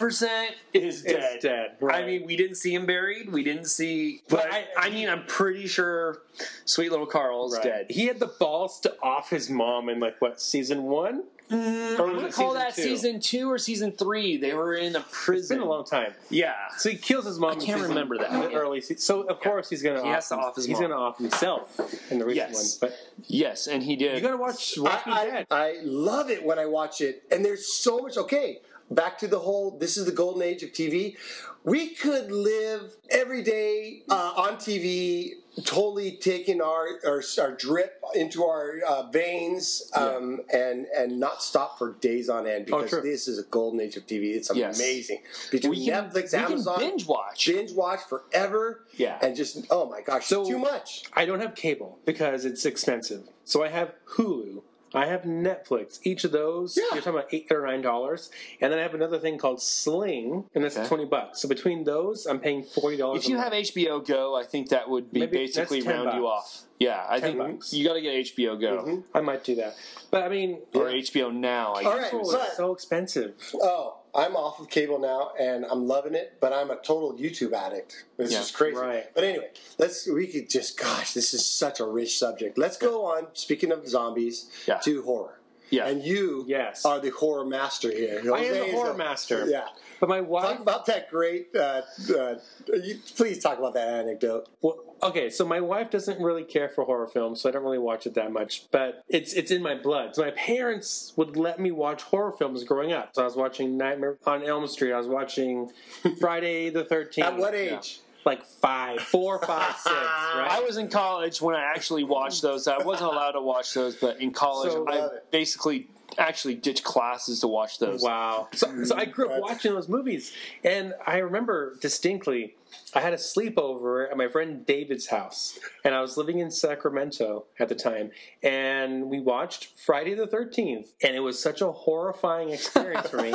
A: is dead.
B: Is dead. Right.
A: I mean, we didn't see him buried. We didn't see. But I,
B: I-
A: I mean, I'm pretty sure sweet little Carl's
B: Right.
A: dead.
B: He had the balls to off his mom in like what season one?
A: I'm
B: was
A: gonna
B: it
A: call
B: season
A: that
B: two?
A: season two or season three. They were in a
B: It's been
A: prison.
B: a long time.
A: yeah.
B: So he kills his mom. in
A: can't
B: season-
A: remember that.
B: the Early se- so of course he's gonna.
A: He has to off his
B: He's
A: mom.
B: gonna off himself in the recent
A: Yes.
B: one.
A: Yes, and he
B: But you
A: did.
B: gotta watch Walking
C: I,
B: Dead.
C: I, I love it when I watch it, and there's so much. Okay, back to the whole. This is the golden age of TV. We could live every day uh, on TV, totally taking our our, our drip into our uh, veins, um, and and not stop for days on end because
B: true.
C: this is a golden age of TV. It's
A: Oh, Yes.
C: amazing between
A: We can,
C: Netflix,
A: we can
C: Amazon,
A: binge watch.
C: binge watch forever.
A: Yeah.
C: and just oh my gosh,
B: So-
C: too much.
B: I don't have cable because it's expensive. So I have Hulu. I have Netflix. Each of those,
C: Yeah.
B: you're talking about eight or nine dollars, and then I have another thing called Sling, and that's
A: Okay.
B: twenty bucks. So between those, I'm paying forty dollars.
A: If you have HBO Go, I think that would be
B: Maybe that's
A: basically
B: 10
A: round you off.
B: bucks.
A: Yeah, I
B: 10
A: think
B: bucks. Mm-hmm.
A: you got to get HBO Go
B: I might do that. But I mean,
A: or HBO Now. I
C: All
A: guess.
C: right,
B: cable
C: but-
B: is so expensive.
C: Oh, I'm off of cable now, and I'm loving it. But I'm a total YouTube addict. This
A: Yeah,
C: is crazy.
B: right.
C: But anyway, let's. We could just. Gosh, this is such a rich subject. Let's go on. Speaking of zombies,
A: Yeah.
C: to horror.
A: Yeah.
C: And you,
B: Yes.
C: are the horror master
B: I
C: here.
B: am
C: Jose
B: the
C: is
B: horror master.
C: Yeah.
B: But my wife.
C: Talk about that great. Uh, uh, you, please talk about that anecdote.
B: Well, okay, so my wife doesn't really care for horror films, so I don't really watch it that much. But it's it's in my blood. So my parents would let me watch horror films growing up. So I was watching Nightmare on Elm Street. I was watching Friday the Thirteenth.
C: At what age?
B: Like five, four, five, six. Right?
A: I was in college when I actually watched those. I wasn't allowed to watch those, but in college,
B: So-
A: I basically actually ditched classes to watch those.
B: Wow. So, so I grew up
C: That's-
B: watching those movies, and I remember distinctly. I had a sleepover at my friend David's house, and I was living in Sacramento at the time. And we watched Friday the Thirteenth, and it was such a horrifying experience for me.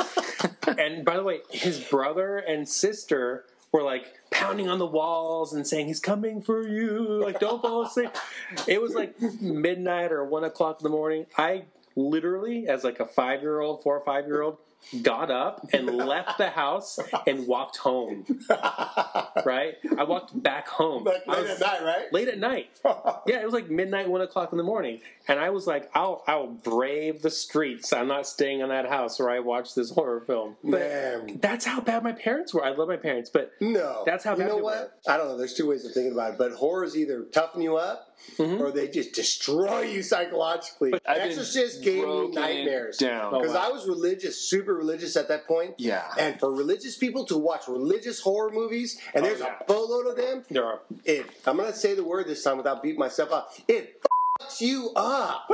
B: and by the way, his brother and sister were like pounding on the walls and saying he's coming for you like don't fall asleep it was like midnight or one o'clock in the morning i literally as like a five year old four or five year old got up and left the house and walked home right i walked back home
C: Like
B: I
C: late
B: was-
C: at night, right?
B: late at night. yeah, it was like midnight, one o'clock in the morning, and I was like, "I'll, I'll brave the streets. I'm not staying in that house where I watched this horror film." But
C: Man.
B: that's how bad my parents were. I love my parents, but
C: No,
B: That's how
C: you
B: bad
C: know
B: they
C: what. I don't know. There's two ways of thinking about it, but horror is either toughen you up or they just destroy you psychologically.
A: I've been
C: Exorcist gave me
A: broken
C: nightmares
A: down.
C: because I was religious, super super religious at that point.
E: Yeah.
C: And for religious people to watch religious horror movies, and there's
E: yeah.
C: a boatload of them,
B: There are.
C: it, I'm going to say the word this time without beating myself up. It fucks you up.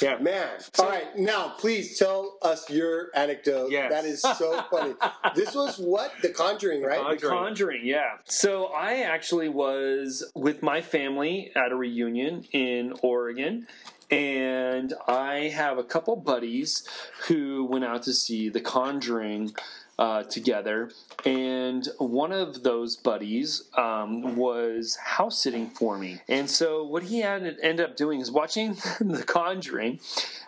B: Yeah.
C: Man. All right. Now, please tell us your anecdote.
B: Yes.
C: That is so funny. this was what? The Conjuring, right?
B: Conjuring.
A: Conjuring. yeah. So I actually was with my family at a reunion in Oregon, and I have a couple buddies who went out to see The Conjuring. Uh, together, and one of those buddies um, was house sitting for me. And so, what he had ended up doing is watching The Conjuring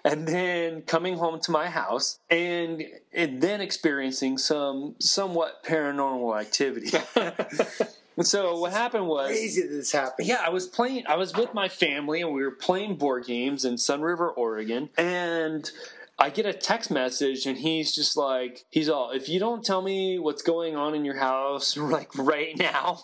A: and then coming home to my house and, and then experiencing some somewhat paranormal activity. and so what happened was
C: Crazy that this happened.
A: yeah, I was playing. I was with my family, and we were playing board games in Sun River, Oregon. And I get a text message, and he's just like, he's all, "If you don't tell me what's going on in your house, like right now,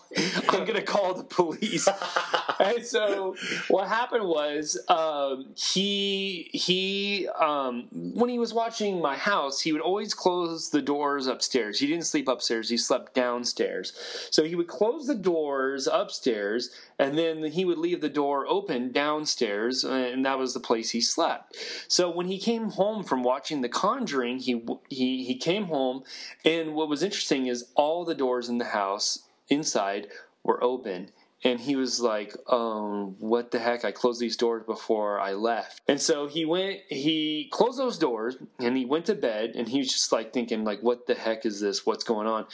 A: I'm gonna call the police." and so, what happened was, um, he he um, when he was watching my house, he would always close the doors upstairs. He didn't sleep upstairs; he slept downstairs. So he would close the doors upstairs, and then he would leave the door open downstairs, and that was the place he slept. So when he came home from watching The Conjuring, he he he came home, and what was interesting is all the doors in the house inside were open. And he was like, um, what the heck? I closed these doors before I left. And so he went, he closed those doors and he went to bed and he was just like thinking, like, what the heck is this? What's going on?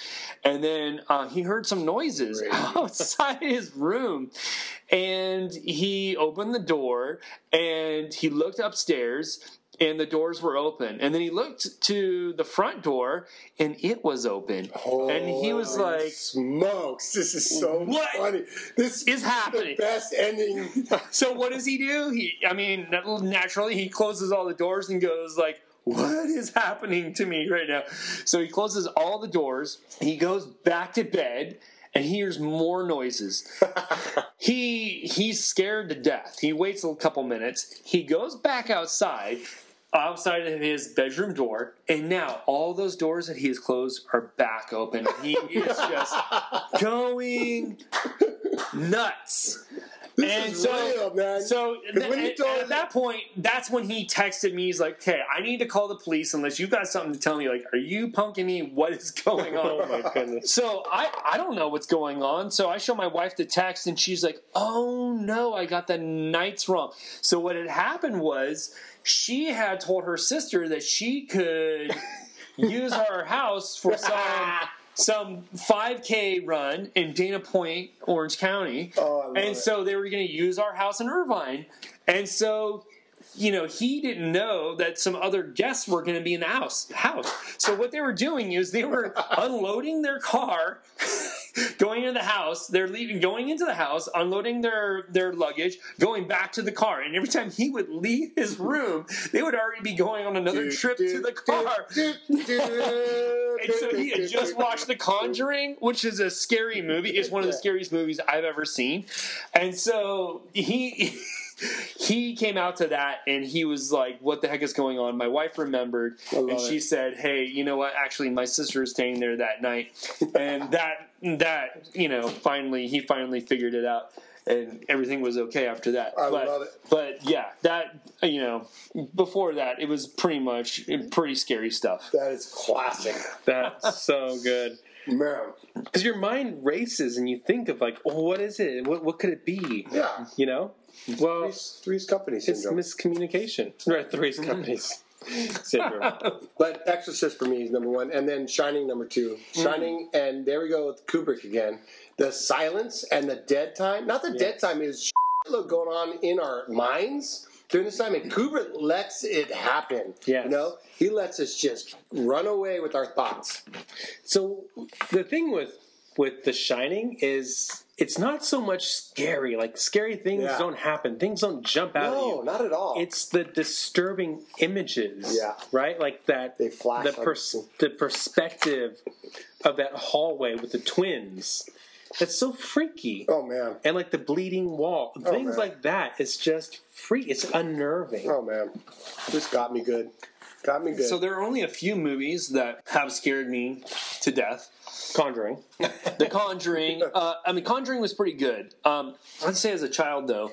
A: And then uh, he heard some noises outside his room and he opened the door and he looked upstairs and the doors were open. And then he looked to the front door and it was open.
C: Oh,
A: and he was
C: Holy
A: like,
C: smokes, this is so
A: What
C: funny. This
A: is happening?
C: The best ending.
A: So what does he do? He, I mean, naturally he closes all the doors and goes like, "What is happening to me right now?" So he closes all the doors. He goes back to bed and hears more noises. he he's scared to death. He waits a couple minutes. He goes back outside. Outside of his bedroom door, and now all those doors that he has closed are back open. He is just going nuts. and
C: This is
A: so,
C: real, man.
A: so th-
C: 'Cause when you
A: and-
C: told
A: and at that point, that's when he texted me. He's like, "Okay, I need to call the police unless you've got something to tell me. Like, are you punking me? What is going on?"
B: Oh my goodness.
A: So I, I don't know what's going on. So I show my wife the text and she's like, oh no, I got the nights wrong. So what had happened was she had told her sister that she could use her house for some some 5K run in Dana Point, Orange County.
C: Oh, I love
A: and
C: it.
A: so they were going to use our house in Irvine. And so you know, he didn't know that some other guests were going to be in the house. House. So what they were doing is they were unloading their car, going into the house. They're leaving, going into the house, unloading their their luggage, going back to the car. And every time he would leave his room, they would already be going on another trip to the car. And so he had just watched The Conjuring, which is a scary movie. It's one of the scariest movies I've ever seen. And so he he came out to that and he was like, What the heck is going on? My wife remembered
C: love
A: and she
C: it.
A: said, Hey, you know what? Actually my sister is staying there that night. And that that, you know, finally he finally figured it out. And everything was okay after that.
C: I
A: but,
C: love it.
A: But yeah, that you know, before that, it was pretty much pretty scary stuff.
C: That is classic,
B: That's so good.
C: man.
B: Because your mind races and you think of like, oh, what is it? What what could it be?
C: Yeah,
B: You know? Well,
C: Three's, three's Company
B: it's
C: syndrome. Mm-hmm.
B: miscommunication. Right, three's companies syndrome.
C: but Exorcist for me is number one, and then Shining number two.
A: Mm-hmm.
C: Shining, and there we go with Kubrick again. The silence and the dead time. Not the dead time is shitload going on in our minds during this time, and Kubrick lets it happen. Yeah,
B: Yes.
C: You know, he lets us just run away with our thoughts.
B: So the thing with with The Shining is it's not so much scary. Like scary things
C: Yeah.
B: don't happen. Things don't jump out at
C: No,
B: you.
C: not at all.
B: It's the disturbing images.
C: Yeah.
B: Right? Like that
C: They flash
B: the
C: on
B: pers-
C: you.
B: the perspective of that hallway with the twins. That's so freaky.
C: oh man.
B: And like the bleeding wall. Things
C: man.
B: like that is just free. It's unnerving.
C: Oh man, this got me good. Got me good.
A: So there are only a few movies that have scared me to death.
B: Conjuring.
A: The Conjuring. uh, I mean, Conjuring was pretty good. Um, let's say as a child, though,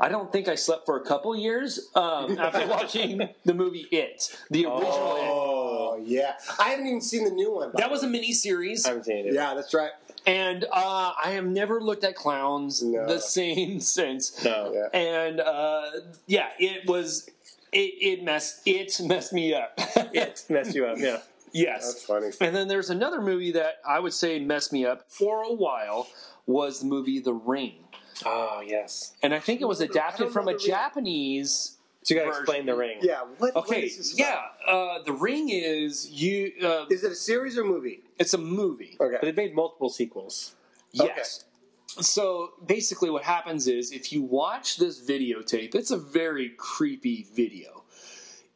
A: I don't think I slept for a couple years um, after watching the movie It, the original. It.
C: oh yeah, I haven't even seen the new one.
A: That was a mini series,
B: I haven't seen it.
C: yeah, that's right.
A: and uh, I have never looked at clowns
C: No.
A: the same since.
B: No.
C: Yeah.
A: And uh, yeah, it was. It, it messed it messed me up.
B: It messed you up. Yeah.
A: yes,
C: That's funny.
A: And then there's another movie that I would say messed me up for a while was the movie The Ring.
B: Oh yes.
A: And I think it was
C: I don't
A: adapted
C: know
A: from a
C: The Ring.
A: Japanese.
B: So you gotta
A: Version.
B: explain the ring.
C: Yeah, what? what
A: Okay,
C: is this
A: yeah,
C: about?
A: uh, The Ring is you. Uh,
C: Is it a series or movie?
A: it's a movie.
C: Okay.
B: But they made multiple sequels.
A: Yes. So basically, what happens is if you watch this videotape, it's a very creepy video.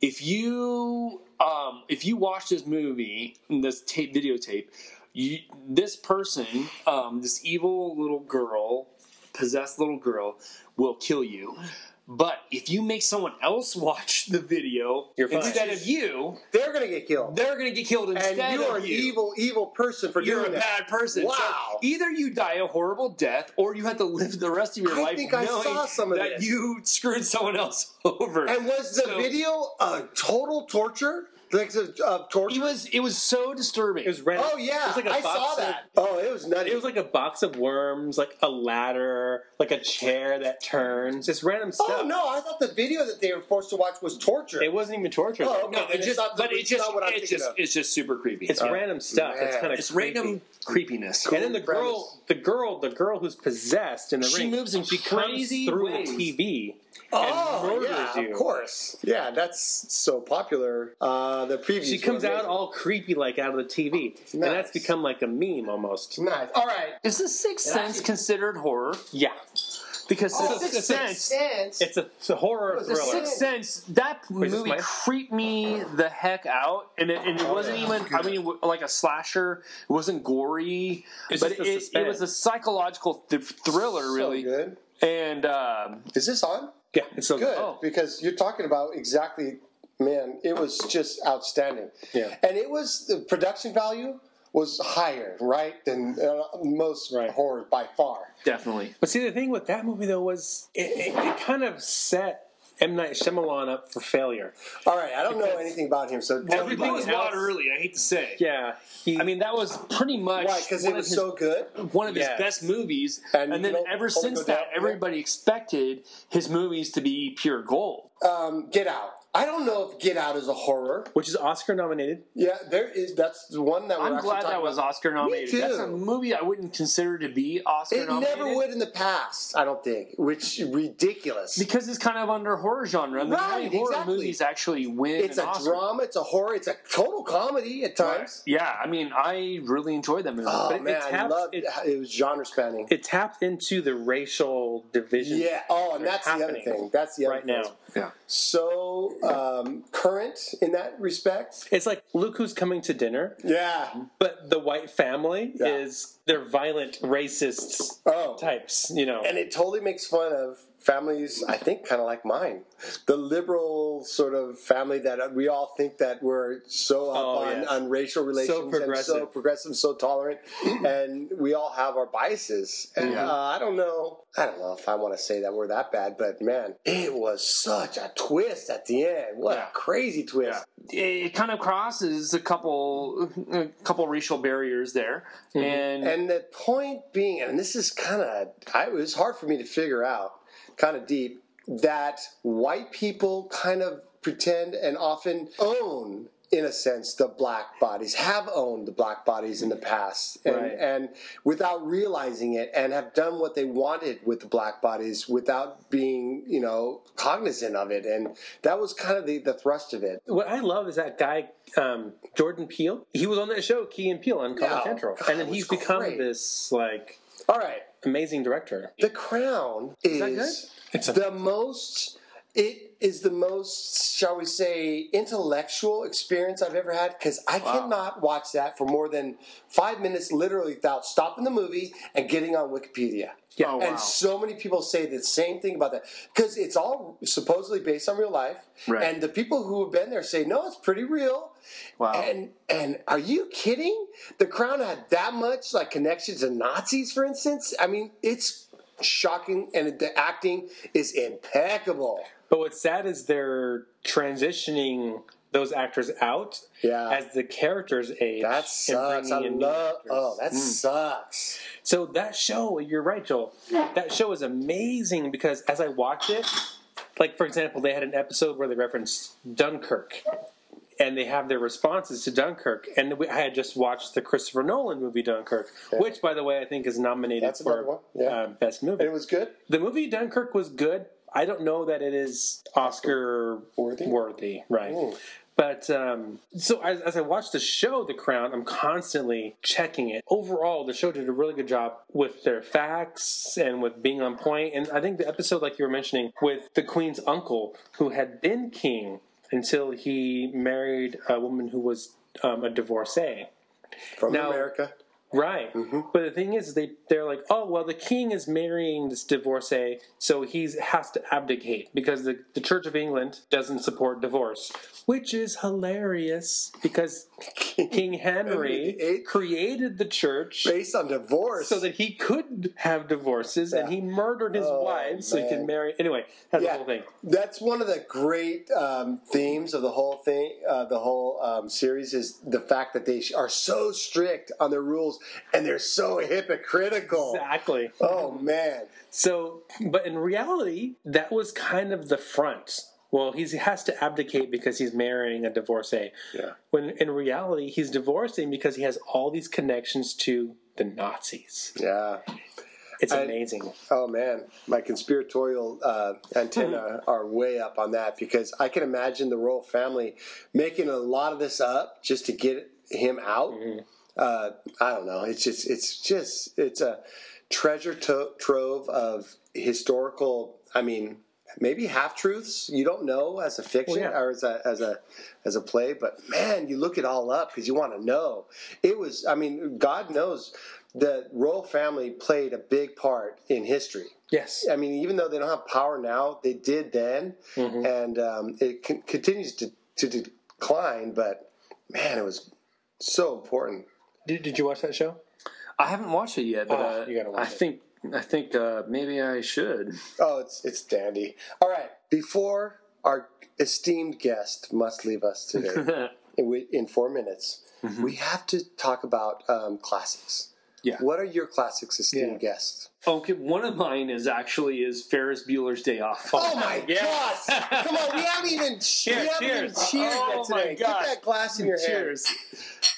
A: If you um, if you watch this movie, this tape videotape, you, this person, um, this evil little girl, possessed little girl, will kill you. But if you make someone else watch the video
B: You're fine.
A: instead of you,
C: They're gonna get killed,
A: they're going to get killed instead
C: and you are
A: of
C: an
A: you
C: evil, evil person for
A: you're a
C: doing that.
A: bad person. So
C: Wow.
A: either you die a horrible death, or you have to live the rest of your
C: I
A: life
C: think I
A: knowing
C: saw some of
A: that
C: this.
A: you screwed someone else over.
C: And was the
A: So-
C: video a total torture? Like of of torture?
A: It was it was so disturbing.
B: It was red.
C: oh yeah,
B: It was like a
C: I
B: box
C: saw
B: of-
C: that. oh, it was nutty.
B: It was like a box of worms, like a ladder, like a chair that turns, just random stuff.
C: oh no, I thought the video that they were forced to watch was torture.
B: It wasn't even torture.
C: Oh, okay.
A: no, it
C: it's
A: just
C: not the-
A: but it
C: it's
A: just
C: not what I'm
A: it's
C: thinking
A: just
C: of.
A: it's just super creepy.
B: It's
A: Uh,
B: random stuff. It's
C: man.
B: kind of
A: it's random creepiness.
B: And then the girl, the girl, the girl who's possessed in the
A: She
B: ring,
A: moves in
B: she comes
A: crazy
B: through
A: ways.
B: the TV.
C: oh
B: murders
C: yeah,
B: you.
C: of course. Yeah, that's so popular. Uh, the previews.
B: She comes
C: were
B: out
C: amazing.
B: all creepy, like out of the TV, and
C: Nice.
B: that's become like a meme almost.
C: nice. All right.
A: Is the Sixth Sense considered horror?
B: Yeah,
A: Because
B: Oh,
A: the
B: Sixth
A: Sixth
B: Sense.
A: Sense,
C: Sense.
B: it's a, it's a horror
C: The
A: the
B: thriller.
A: Sixth Sense, that
B: is this
A: movie
B: mine?
A: creeped me the heck out, and it,
C: Oh,
A: and it wasn't even. I mean, it wa- like a slasher, it wasn't gory,
B: It's
A: but
B: just the
A: it, it
B: suspense.
A: was a psychological th- thriller, really.
C: So good.
A: and um,
C: Is this on?
B: yeah, it's so
C: Good,
A: Oh.
C: because you're talking about exactly. Man, it was just outstanding.
B: Yeah.
C: and it was the production value was higher, right, than uh, most
B: Right.
C: horror by far.
A: definitely,
B: But see, the thing with that movie though was it, it, it kind of set M Night Shyamalan up for failure.
C: All right, I don't know anything about him, so tell me
A: everything
C: about
A: was
C: him.
A: not early. I hate to say.
B: Yeah, he,
A: I mean, that was pretty much
C: why? Because
A: one
C: it
A: of
C: was
A: his
C: so good.
A: one of
B: Yes.
A: his best movies,
C: And
A: and,
C: you
A: then
C: don't
A: ever
C: only
A: since
C: go down
A: that,
C: from there?
A: everybody expected his movies to be pure gold.
C: Um, Get Out. I don't know if Get Out is a horror.
B: which is Oscar nominated.
C: Yeah, there is. That's the one that we're
A: I'm
C: actually
A: glad
C: talking
A: that was
C: about.
A: Oscar nominated.
C: too.
A: That's a movie I wouldn't consider to be Oscar
C: It
A: nominated.
C: never would in the past, I don't think. Which ridiculous.
A: because it's kind of under horror genre. I mean, how many
C: Right,
A: horror
C: exactly.
A: movies actually win?
C: It's
A: an
C: a
A: Oscar?
C: drama. It's a horror. It's a total comedy at times.
A: Yeah, I mean, I really enjoyed that movie.
C: Oh
B: But it- it
C: man, I
B: taps-
C: loved
B: it-
C: it. It was genre spanning.
B: It tapped into the racial division.
C: Yeah. Oh, and
B: that are
C: that's the other
B: happening
C: thing. That's the other
B: right
C: thing.
B: now.
A: yeah,
C: So um, current in that respect.
B: It's like look who's coming to dinner,
C: Yeah.
B: Mm-hmm. but the white family
C: Yeah.
B: is they're violent racists
C: Oh.
B: types, you know.
C: And it totally makes fun of families. I think kind of like mine, the liberal sort of family that uh, we all think that we're so up
B: Oh,
C: on,
B: yes.
C: on racial relations and so
B: progressive.
C: progressive, so tolerant, and we all have our biases. And
A: Yeah.
C: uh, I don't know. I don't know if I want to say that we're that bad, but man, it was such a twist at the end. What
A: Yeah.
C: a crazy twist!
A: it kind of crosses a couple, a couple racial barriers there,
C: Mm-hmm.
A: and,
C: And the point being, and this is kind of, it was hard for me to figure out, kind of deep, that white people kind of pretend and often own, in a sense, the black bodies, have owned the black bodies in the past, and,
B: Right.
C: and without realizing it, and have done what they wanted with the black bodies without being, you know, cognizant of it. And that was kind of the, the thrust of it.
B: what I love is that guy um, Jordan Peele. He was on that show Key and Peele on Comedy
C: Yeah.
B: Central,
C: God,
B: and then
C: it was
B: he's become
C: great.
B: this like
C: All right.
B: amazing director.
C: The Crown is
A: that
C: the most It is the most, shall we say, intellectual experience I've ever had because I cannot watch that for more than five minutes, literally, without stopping the movie and getting on Wikipedia.
E: Yeah. Oh, wow.
C: And so many people say the same thing about that because it's all supposedly based on real life,
E: Right.
C: and the people who have been there say no, it's pretty real.
E: Wow.
C: And and are you kidding? The Crown had that much like connections to Nazis, for instance. I mean, it's shocking, and the acting is impeccable.
B: But what's sad is they're transitioning those actors out
C: Yeah.
B: as the characters age.
C: That
B: and
C: sucks. I
B: bringing in new
C: love.
B: actors. Hmm.
C: Oh, that sucks.
B: So that show, you're right, Joel. That show is amazing because as I watched it, like for example, they had an episode where they referenced Dunkirk, and they have their responses to Dunkirk. And we, I had just watched the Christopher Nolan movie Dunkirk, which, by the way, I think is nominated
C: That's another one,
B: for
C: yeah.
B: uh, best movie.
C: And it was good.
B: the movie Dunkirk was good. I don't know that it is Oscar
C: Worthy?
B: worthy, right? But um, so as, as I watch the show, The Crown, I'm constantly checking it. Overall, the show did a really good job with their facts and with being on point. And I think the episode, like you were mentioning, with the Queen's uncle, who had been king until he married a woman who was um, a divorcee.
C: From
B: Now-
C: America.
B: Right.
C: Mm-hmm.
B: But the thing is, they they're like, oh well, the king is marrying this divorcee, so he's has to abdicate because the the Church of England doesn't support divorce, which is hilarious because King
C: Henry
B: Henry
C: the Eighth.
B: created the church.
C: Based on divorce.
B: So that he could have divorces, and he murdered his
C: Oh,
B: wives so he
C: man.
B: could marry. Anyway, that's the
C: yeah,
B: whole thing.
C: that's one of the great um, themes of the whole thing, uh, the whole um, series is the fact that they are so strict on their rules and they're so hypocritical.
B: Exactly.
C: Oh man,
B: So, but in reality, that was kind of the front. Well, he's, he has to abdicate because he's marrying a divorcee.
C: Yeah.
B: When in reality, he's divorcing because he has all these connections to the Nazis.
C: yeah.
B: It's
C: I-
B: amazing.
C: Oh man, my conspiratorial uh, antenna are way up on that because I can imagine the royal family making a lot of this up just to get him out. Uh, I don't know. It's just it's just it's a treasure to- trove of historical. I mean, maybe half truths. You don't know as a fiction
B: Well, yeah.
C: or as a as a as a play, but man, you look it all up because you want to know. It was. I mean, God knows. The royal family played a big part in history.
B: Yes.
C: I mean, even though they don't have power now, they did then,
B: Mm-hmm.
C: and um, it con- continues to, to decline. But man, it was so important.
B: Did, did you watch that show?
E: I haven't watched it yet, but
B: Oh,
E: uh,
B: you gotta watch
E: I
B: it.
E: think I think uh, maybe I should.
C: Oh, it's it's dandy. All right, before our esteemed guest must leave us today in, we- in four minutes,
E: Mm-hmm.
C: we have to talk about um, classics.
E: Yeah.
C: What are your classics, esteemed guest?
E: Okay, one of mine is actually is Ferris Bueller's Day Off.
C: Oh my gosh! Come on, we haven't even cheered.
E: Cheers,
C: we haven't even
E: cheers.
C: cheered
E: Oh
C: yet
E: my
C: today. Get
E: gosh.
C: that glass in your hand.
E: Cheers.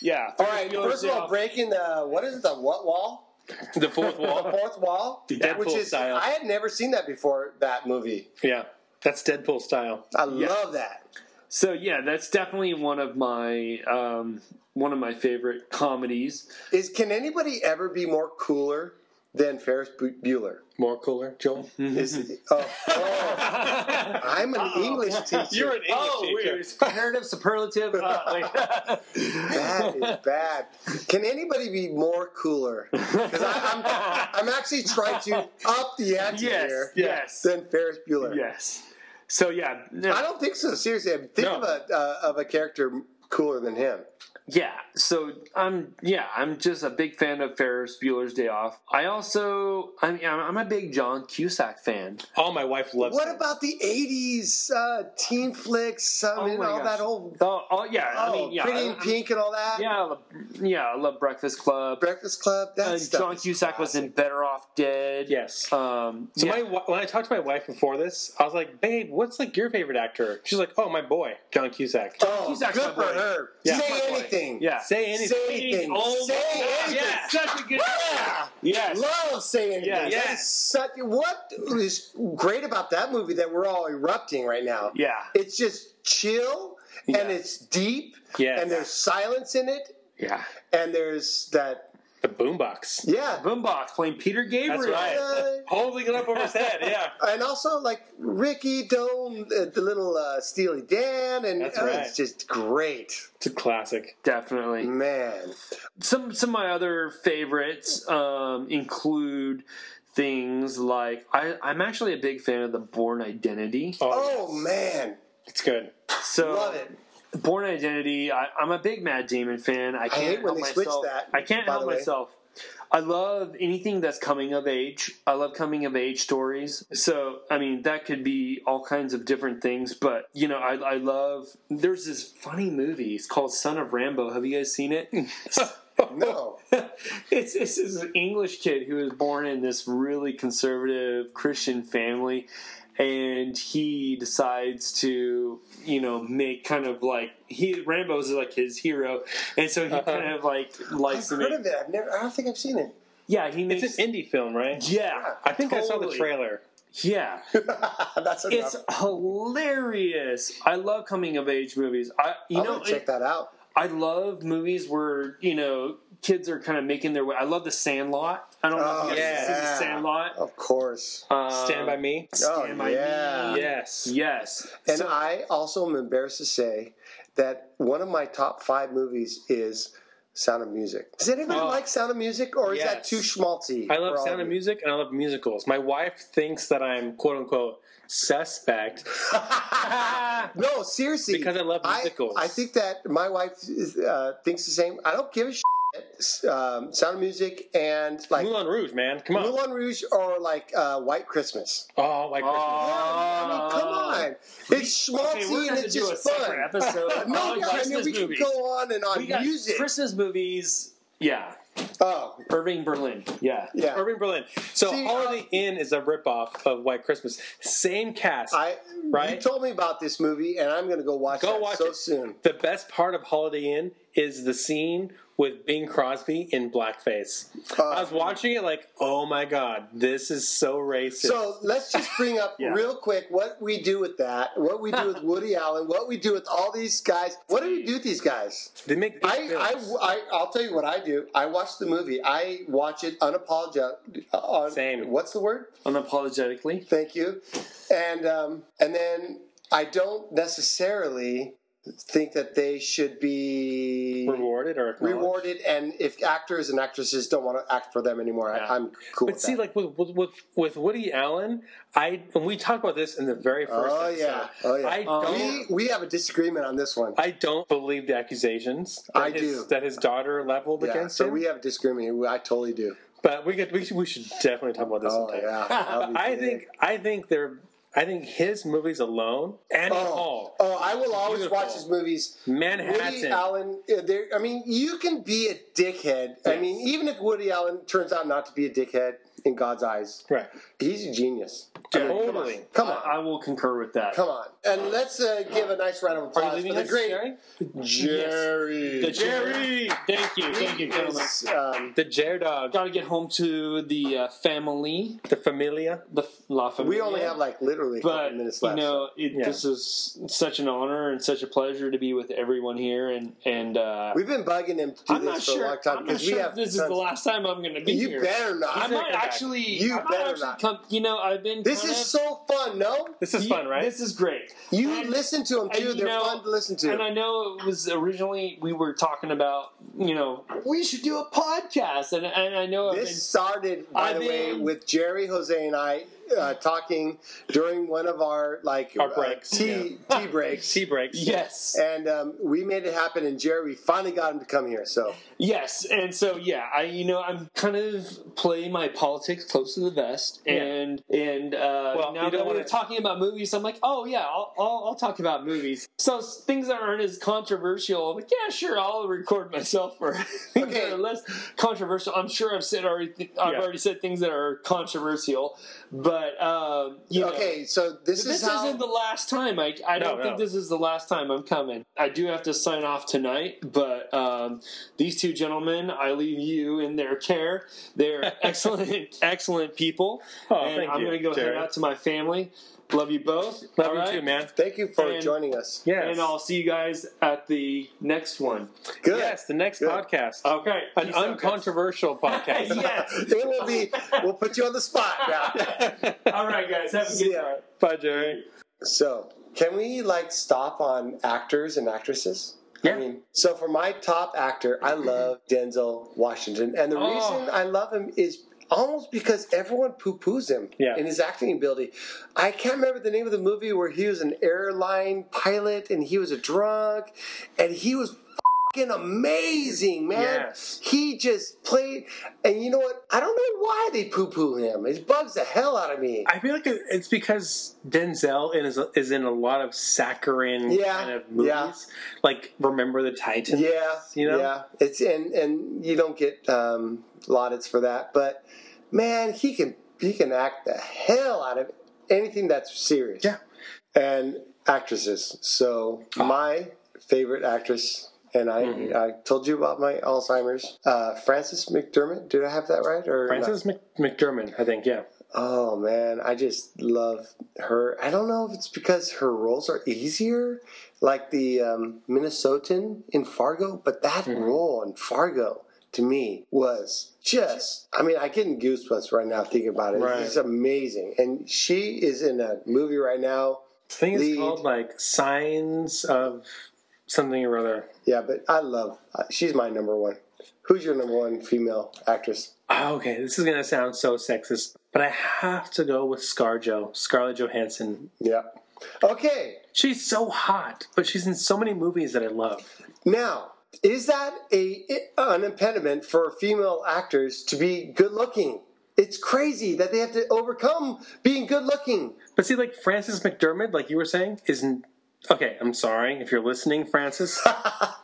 E: Yeah.
C: All right. First of all, breaking the what is it? The what wall?
B: The fourth
C: The
B: wall.
C: fourth wall.
B: Deadpool
C: which is
B: style.
C: I had never seen that before. That movie.
B: yeah. That's Deadpool style.
C: I love that.
E: So yeah, that's definitely one of my um, one of my favorite comedies.
C: Is can anybody ever be more cooler than Ferris Bu- Bueller?
B: More cooler, Joel.
E: Mm-hmm.
C: Is oh, oh, I'm an English teacher.
B: You're an English teacher.
E: Oh, comparative, superlative. Uh, like,
C: That is bad. Can anybody be more cooler? Because I'm, I'm actually trying to up the ante
E: yes,
C: here
E: yes,
C: than Ferris Bueller.
E: yes. So yeah, no,
C: I don't think so. Seriously, think of a uh, of a character cooler than him.
E: yeah. So I'm yeah, I'm just a big fan of Ferris Bueller's Day Off. I also I'm I'm a big John Cusack fan.
B: Oh, my wife loves
C: What
B: it.
C: about the '80s uh, teen flicks? I mean,
E: my
C: all
E: gosh.
C: that old
E: Oh, oh yeah,
C: oh,
E: I mean yeah,
C: Pretty in
E: I- I'm-
C: Pink and all that.
E: yeah, I love, yeah. I love Breakfast Club.
C: Breakfast Club. That
E: And
C: stuff.
E: John
C: is
E: Cusack was in Better Off Dead.
B: Yes.
E: Um,
B: So
E: yeah.
B: my my when I talked to my wife before this, I was like, "Babe, what's like your favorite actor?" She's like, "Oh, my boy, John Cusack."
C: Oh,
E: Cusack's
C: good for
E: my boy.
C: her.
B: Yeah.
C: Say
B: My boy.
C: anything.
E: yeah.
B: Say anything.
C: Say anything.
E: Oh,
C: say
E: yeah,
C: anything.
E: Such a good.
C: Yeah.
E: Yes.
C: Love saying anything.
E: Yeah,
C: That
B: yes.
C: is such, what is great about that movie that we're all erupting right now?
E: Yeah.
C: It's just chill
E: Yeah.
C: and it's deep
B: Yes.
C: and there's silence in it
E: Yeah.
C: and there's that
B: The boombox.
C: Yeah.
A: Boombox playing Peter Gabriel.
B: That's right.
C: Uh,
B: Holding it up over his head, yeah.
C: and also like Ricky Dome, uh, the little uh, Steely Dan, and
B: That's
C: uh,
B: right.
C: it's just great,
B: It's a classic.
A: Definitely.
C: Mm-hmm. man.
A: some some of my other favorites um, include things like I, I'm actually a big fan of the Born Identity.
C: Oh man,
B: It's good.
A: So
C: love it.
A: Born Identity. I, I'm a big Matt Damon fan. I can't
C: hate when
A: help
C: they switch
A: myself.
C: that,
A: I can't
C: by
A: help
C: the way.
A: myself. I love anything that's coming of age. I love coming of age stories. So I mean, that could be all kinds of different things. But you know, I, I love. There's this funny movie. It's called Son of Rambo. Have you guys seen it?
C: No,
A: it's this is an English kid who was born in this really conservative Christian family, and he decides to you know make kind of like he Rambo's is like his hero, and so he
B: Uh-huh.
A: kind of like
C: I've
A: likes to
C: heard
A: make
C: of it. I've never. I don't think I've seen it.
A: yeah he makes
B: It's an indie film, right?
A: yeah
B: I think I saw the
A: totally.
B: trailer.
A: yeah
C: That's enough.
A: it's hilarious. I love coming of age movies. I you
C: I'm
A: know
C: gonna check that out.
A: I love movies where you know kids are kind of making their way. I love The Sandlot. I don't know
C: Oh,
A: if you guys have seen The
C: yeah.
A: Sandlot.
C: Of course.
A: Um,
B: Stand by me.
C: oh
A: By Me.
C: yeah.
B: Yes.
A: Yes.
C: And I also am embarrassed to say that one of my top five movies is Sound of Music. Does anybody
B: Oh.
C: like Sound of Music, or is that
B: Yes.
C: too schmaltzy?
B: I
C: for
B: love
C: all
B: sound of
C: you?
B: music and I love musicals. My wife thinks that I'm quote unquote suspect.
A: Ah.
C: No, seriously.
B: Because I love musicals.
C: I, think that my wife is, uh, thinks the same. I don't give a shit. Um, Sound of Music and like
B: Moulin Rouge, man. Come on.
C: Moulin Rouge or like uh, White Christmas.
B: Oh, like Christmas.
C: I mean,
B: Oh.
A: Oh.
C: come on. It's schmaltzy
A: Okay, we're
C: and
A: gonna
C: it's
A: do a
C: just fun.
A: separate episode on
C: no, yeah, I mean,
A: Christmas
C: we can
A: movies.
C: go on and on.
A: We got
C: Music.
A: Christmas movies. Yeah.
C: oh,
A: Irving Berlin. Yeah.
C: yeah.
B: Irving Berlin. So
C: See, um,
B: Holiday Inn is a ripoff of White Christmas. Same cast.
C: I you
B: Right?
C: told me about this movie, and I'm going to go watch
B: Go
C: that
B: watch
C: so
B: it.
C: soon.
B: the best part of Holiday Inn is the scene with Bing Crosby in blackface.
C: Uh,
B: I was watching it like, oh my god, this is so racist.
C: So let's just bring up real quick what we do with that, what we do with Woody Allen, what we do with all these guys. What do we do with these guys?
B: they make
C: I, I,
B: films.
C: I, I'll tell you what I do. I watch the movie. I watch it unapologetic. Uh,
B: Same.
C: What's the word?
A: Unapologetically.
C: Thank you. And um, and then I don't necessarily think that they should be
B: rewarded or acknowledged.
C: rewarded. And if actors and actresses don't want to act for them anymore, I, I'm cool.
B: But
C: with
B: see,
C: that.
B: like with, with with with Woody Allen, I and we talked about this in the very first.
C: Oh
B: episode.
C: yeah, oh yeah.
B: uh, I
C: we
B: don't.
C: we have a disagreement on this one.
B: I don't believe the accusations. That
C: I
B: his,
C: do.
B: that his daughter leveled
C: yeah,
B: against
C: so
B: him.
C: we have a disagreement. I totally do.
B: but we could we should, we should definitely talk about this.
C: Oh
B: sometime.
C: yeah, that'll be
B: I
C: big.
B: think I think they're I think his movies alone and
C: Oh,
B: all
C: oh, I will always
B: Beautiful.
C: watch his movies. Woody
B: Manhattan.
C: Allen. uh, There, I mean, you can be a dickhead. I mean, even if Woody Allen turns out not to be a dickhead in God's eyes,
B: Right.
C: he's a genius. I mean, come on.
B: Totally.
C: Come
A: I,
C: on.
A: I will concur with that.
C: Come on, and let's uh, give a nice round of applause for the great Jerry.
B: The Jerry.
A: Thank you. Thank you, gentlemen.
C: Is, um,
B: The Jerry dog.
A: Got to get home to the uh, family,
B: The Familia.
A: the f- La Familia.
C: we only have like literally a
A: but
C: couple minutes left.
A: you know, it,
B: Yeah.
A: this is such an honor and such a pleasure to be with everyone here, and and uh,
C: We've been bugging him to do
A: I'm
C: this
A: not
C: for
A: sure.
C: a long time
A: I'm not
C: because
A: sure
C: we
A: if
C: have.
A: this is
C: tons-
A: the last time I'm going to be
C: you
A: here.
C: better not.
A: I
B: gonna
A: might
B: come back.
A: actually.
C: You
A: I might
C: better
A: actually
C: not.
A: Come, you know, I've been.
C: this
A: kind
C: is
A: of-
C: so fun, no?
B: This is
A: You-
B: fun, right?
A: This is great.
C: You
A: And-
C: listen to them
A: and
C: too;
A: you
C: they're
A: know-
C: fun to listen to.
A: And I know it was originally we were talking about, you know, we should do a podcast, and and I know I've
C: This
A: been
C: started, by
A: I've
C: the way,
A: been-
C: with Jerry, Jose, and I uh, talking during one of our like
B: Our
C: uh,
B: breaks,
C: tea tea breaks,
B: Tea breaks.
A: yes,
C: and um, we made it happen. And Jerry, we finally got him to come here. So
A: Yes, and so yeah, I you know I'm kind of playing my politics close to the vest,
B: Yeah.
A: and and uh,
B: Well,
A: now
B: you don't
A: that we're
B: wanna-
A: talking about movies, I'm like, oh yeah, I'll, I'll I'll talk about movies. So s- things that aren't as controversial, I'm like yeah, sure, I'll record myself for things
C: Okay.
A: that are less controversial. I'm sure I've said already, I've
B: Yeah.
A: already said things that are controversial, but um, you know,
C: okay, so this,
A: this
C: is how.
A: isn't the last time. I, I
B: No,
A: don't think
B: no.
A: this is the last time I'm coming. I do have to sign off tonight, but um, these two gentlemen, I leave you in their care. They're excellent, excellent people.
B: Oh,
A: and
B: thank
A: I'm
B: you,
A: going to go
B: Jerry.
A: head out to my family. Love you both.
B: Love
A: All
B: you
A: right?
B: too, man.
C: Thank you for
A: And-
C: joining us.
B: Yes.
A: And I'll see you guys at the next one.
C: Good.
B: yes, the next
C: Good.
B: podcast.
A: Okay.
B: An
A: Peace out, guys.
B: uncontroversial podcast.
A: yes.
C: It will be. We'll put you on the spot now.
A: All right, guys. Have a good
C: Yeah.
A: time.
B: Bye, Jerry.
C: So, can we like stop on actors and actresses?
B: Yeah. Mm-hmm.
C: I mean, so for my top actor, I love Denzel Washington, and the
B: Oh.
C: reason I love him is almost because everyone poo-poos him
B: Yeah.
C: in his acting ability. I can't remember the name of the movie where he was an airline pilot and he was a drunk, and he was fucking amazing, man.
B: Yes.
C: He just played, and you know what? I don't know why they poo-poo him. It bugs the hell out of me.
B: I feel like it- it's because Denzel is is in a lot of saccharine
C: Yeah,
B: kind of movies,
C: yeah.
B: like Remember the Titans.
C: Yeah,
B: you know?
C: yeah. It's and and you don't get um, laudits for that, but man, he can he can act the hell out of anything that's serious.
B: Yeah. Ah.
C: and actresses. So my favorite actress. And I,
B: Mm-hmm.
C: I told you about my Alzheimer's. Uh, Frances McDermott. Did I have that right? Or not?
B: Francis Mc, McDermott, I think. Yeah,
C: Oh man, I just love her. I don't know if it's because her roles are easier, like the um, Minnesotan in Fargo, but that role in Fargo to me was just I mean, I getting goosebumps right now thinking about it.
B: Right.
C: It's amazing. And she is in a movie right now.
B: I think it's
C: Lead.
B: called like Signs of something or other.
C: Yeah, but I love uh, she's my number one. Who's your number one female actress?
B: Oh, okay, this is gonna sound so sexist, but I have to go with ScarJo, Scarlett Johansson.
C: Yeah. Okay.
B: She's so hot, but she's in so many movies that I love.
C: Now, is that a an impediment for female actors to be good looking? It's crazy that they have to overcome being good looking.
B: But see, like Francis McDermott, like you were saying, isn't. Okay, I'm sorry if you're listening, Francis,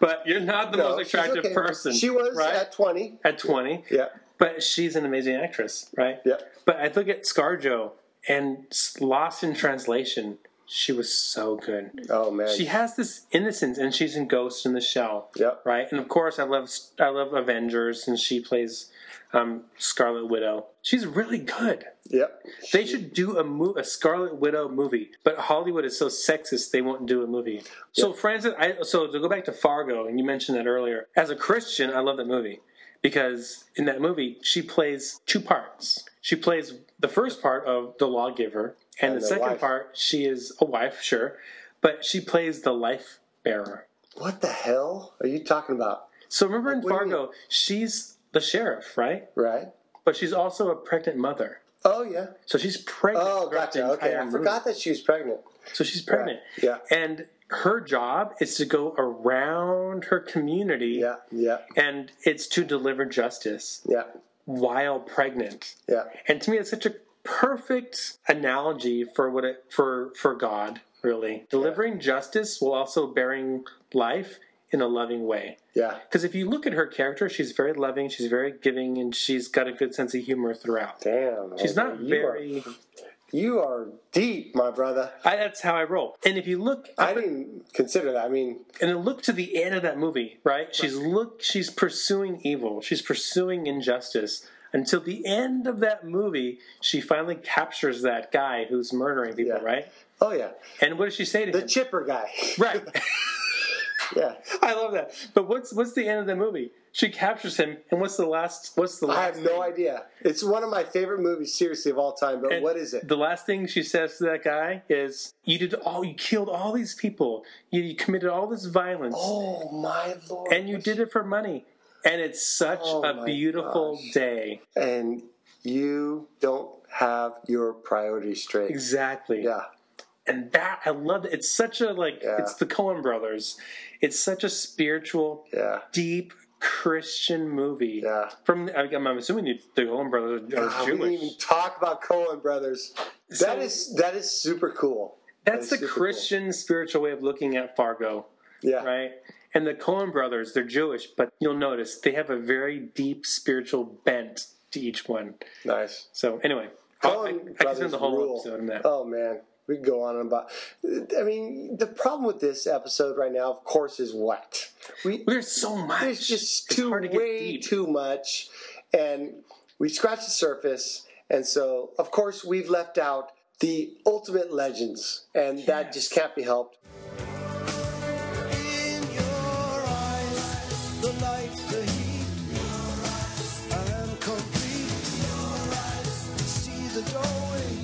B: but you're not the
C: No,
B: most
C: she's
B: attractive
C: okay.
B: person.
C: She was
B: right?
C: at twenty.
B: at 20.
C: Yeah,
B: But she's an amazing actress, right?
C: yeah.
B: But I look at ScarJo and s- Lost in Translation. She was so good.
C: Oh man.
B: She has this innocence, and she's in Ghost in the Shell,
C: Yep.
B: right? And of course, I love s- I love Avengers, and she plays um, Scarlet Widow. She's really good.
C: Yep.
B: They should do a mo- a Scarlet Widow movie, but Hollywood is so sexist they won't do a movie. So Francis, I, so to go back to Fargo, and you mentioned that earlier. As a Christian, I love that movie because in that movie she plays two parts. She plays the first part of the lawgiver, and,
C: And
B: the
C: the
B: second
C: wife.
B: part she is a wife, sure, but she plays the life bearer.
C: What the hell are you talking about?
B: So remember in
C: What do you
B: Fargo, she's the sheriff, right?
C: Right?
B: But she's also a pregnant mother.
C: Oh yeah.
B: So she's pregnant.
C: Oh,
B: throughout the
C: gotcha. Okay,
B: entire
C: I
B: movie.
C: forgot that she was pregnant.
B: So she's pregnant.
C: Right.
B: And her job is to go around her community
C: Yeah, yeah,
B: and it's to deliver justice
C: yeah,
B: while pregnant.
C: yeah.
B: And to me it's such a perfect analogy for what it for for God, really. Delivering justice while also bearing life in a loving way.
C: Yeah.
B: Because if you look at her character, she's very loving, she's very giving, and she's got a good sense of humor throughout.
C: Damn.
B: She's not
C: you are-
B: very.
C: you are deep, my brother.
B: I, that's how I roll. And if you look,
C: I didn't consider that. I mean,
B: and then look to the end of that movie, right? She's look she's pursuing evil, she's pursuing injustice. Until the end of that movie, she finally captures that guy who's murdering people,
C: Yeah.
B: right?
C: oh yeah,
B: And what does she say to
C: the
B: him?
C: chipper guy.
B: right.
C: Yeah,
B: I love that. But what's what's the end of the movie? She captures him, and what's the last? What's the last?
C: I have no idea. It's one of my favorite movies, seriously, of all time. But
B: And
C: what is it?
B: The last thing she says to that guy is, "You did all. You killed all these people. You, you committed all this violence.
C: Oh my lord!
B: and you did it for money. And it's such
C: Oh
B: a
C: my
B: beautiful
C: gosh.
B: day.
C: and you don't have your priorities straight.
B: Exactly.
C: Yeah,
B: And that I love. It. It's such a like.
C: Yeah.
B: It's the Coen Brothers. It's such a spiritual,
C: yeah.
B: deep Christian movie.
C: Yeah.
B: From I- I'm assuming you, the Coen Brothers are
C: Ah, we didn't
B: Jewish.
C: even talk about Cohen Brothers.
B: So-
C: that is that is super cool.
B: That's
C: That is
B: the
C: super cool.
B: Christian spiritual way of looking at Fargo,
C: Yeah,
B: right? And the Coen Brothers, they're Jewish, but you'll notice they have a very deep spiritual bent to each one.
C: nice.
B: So anyway, Oh, I, I
C: Coen
B: could spend the
C: Brothers
B: whole
C: rule.
B: episode on that.
C: Oh man, we can go on and about. I mean, the problem with this episode right now, of course, is what we
B: There's so much.
C: There's just
B: It's
C: too
B: hard to get
C: way
B: deep.
C: too much, and we scratched the surface. And so, of course, we've left out the ultimate legends, and that just can't be helped.
F: In your eyes, the light, the heat, I am complete. See the doorway,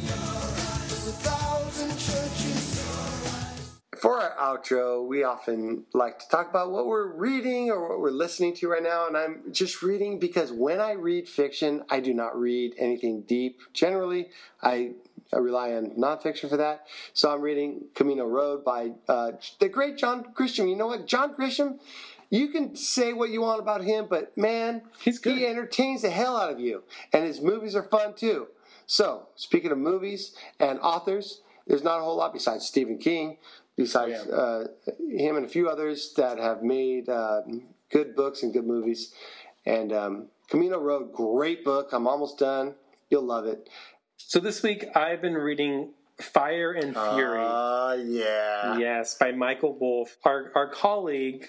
F: the thousand churches.
C: For our outro, we often like to talk about what we're reading or what we're listening to right now, and I'm just reading because when I read fiction, I do not read anything deep. Generally, I, I rely on nonfiction for that. So I'm reading Camino Road by uh, the great John Grisham. You know what? John Grisham, you can say what you want about him, but man,
B: He's good.
C: he entertains the hell out of you, and his movies are fun too. So, speaking of movies and authors, there's not a whole lot besides Stephen King, besides uh, him and a few others that have made uh, good books and good movies. And um, Camino Road, great book. I'm almost done. You'll love it.
B: So this week I've been reading Fire and Fury.
C: Ah, yeah.
B: Yes, by Michael Wolff. Our our colleague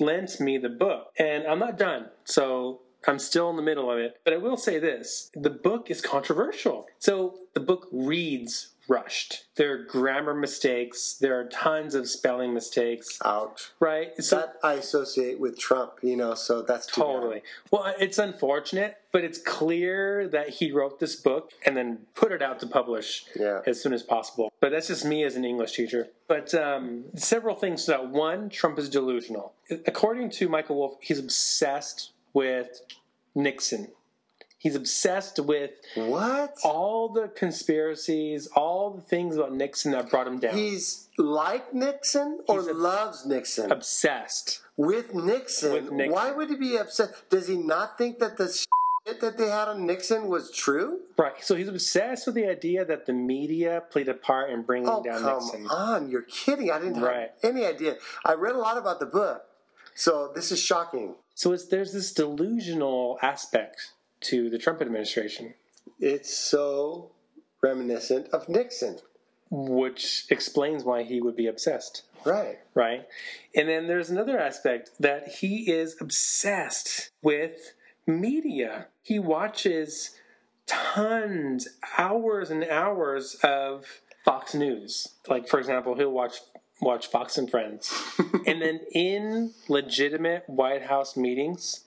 B: lent me the book, and I'm not done. So I'm still in the middle of it. But I will say this: the book is controversial. So the book reads rushed. There are grammar mistakes. There are tons of spelling mistakes.
C: Ouch.
B: Right. So
C: That I associate with Trump, you know, so that's too bad.
B: Totally. Well, uh, it's unfortunate, but it's clear that he wrote this book and then put it out to publish
C: Yeah.
B: as soon as possible. But that's just me as an English teacher. But um, several things to note. One, Trump is delusional. According to Michael Wolff, he's obsessed with Nixon. He's obsessed with
C: What?
B: all the conspiracies, all the things about Nixon that brought him down.
C: He's like Nixon or
B: He's a-
C: loves Nixon?
B: obsessed.
C: With Nixon.
B: With Nixon.
C: Why would he be upset? Does he not think that the shit that they had on Nixon was true?
B: Right. So he's obsessed with the idea that the media played a part in bringing
C: Oh,
B: down
C: come
B: Nixon.
C: on. You're kidding. I didn't
B: Right.
C: have any idea. I read a lot about the book, so this is shocking.
B: So it's, there's this delusional aspect to the Trump administration,
C: It's so reminiscent of Nixon.
B: which explains why he would be obsessed,
C: Right.
B: right? And then there's another aspect that he is obsessed with media. He watches tons, hours and hours of Fox News. Like for example, he'll watch watch Fox and Friends. and then in legitimate White House meetings,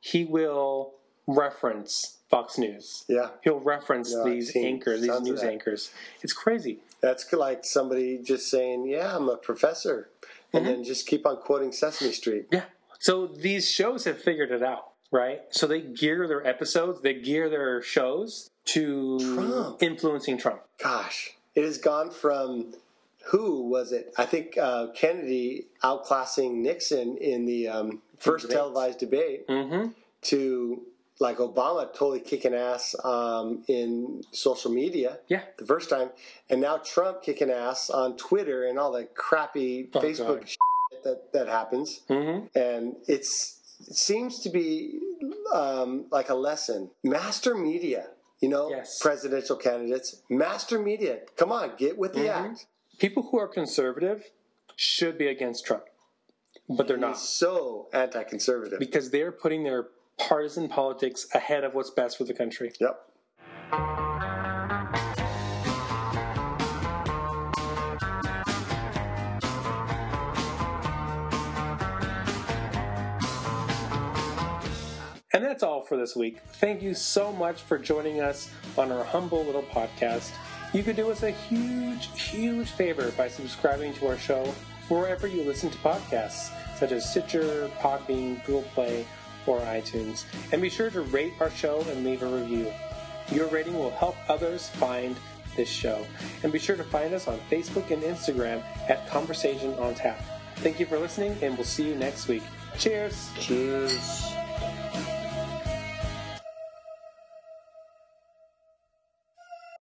B: he will reference Fox News.
C: Yeah.
B: He'll reference
C: Yeah, I've
B: these
C: seen
B: anchors, these
C: tons of
B: news
C: that.
B: anchors. It's crazy.
C: That's like somebody just saying, Yeah, I'm a professor. And
B: Mm-hmm.
C: then just keep on quoting Sesame Street.
B: Yeah. So these shows have figured it out, right? So they gear their episodes, they gear their shows to
C: Trump.
B: influencing Trump.
C: gosh, it has gone from who was it? I think uh, Kennedy outclassing Nixon in the um, first
B: debates.
C: televised debate
B: Mm-hmm.
C: to like Obama totally kicking ass um, in social media.
B: Yeah.
C: The first time. And now Trump kicking ass on Twitter and all the crappy Facebook
B: God.
C: shit that, that happens.
B: Mhm.
C: And it's it seems to be um, like a lesson. Master media, you know,
B: Yes.
C: presidential candidates, master media. Come on, get with the act.
B: People who are conservative should be against Trump, but they're not
C: He's so anti conservative.
B: because they're putting their partisan politics ahead of what's best for the country.
C: yep.
B: And that's all for this week. Thank you so much for joining us on our humble little podcast. You could do us a huge, huge favor by subscribing to our show wherever you listen to podcasts, such as Stitcher, Podbean, Google Play, or iTunes. And be sure to rate our show and leave a review. Your rating will help others find this show. And be sure to find us on Facebook and Instagram at Conversation on Tap. Thank you for listening, and we'll see you next week. Cheers!
C: Cheers.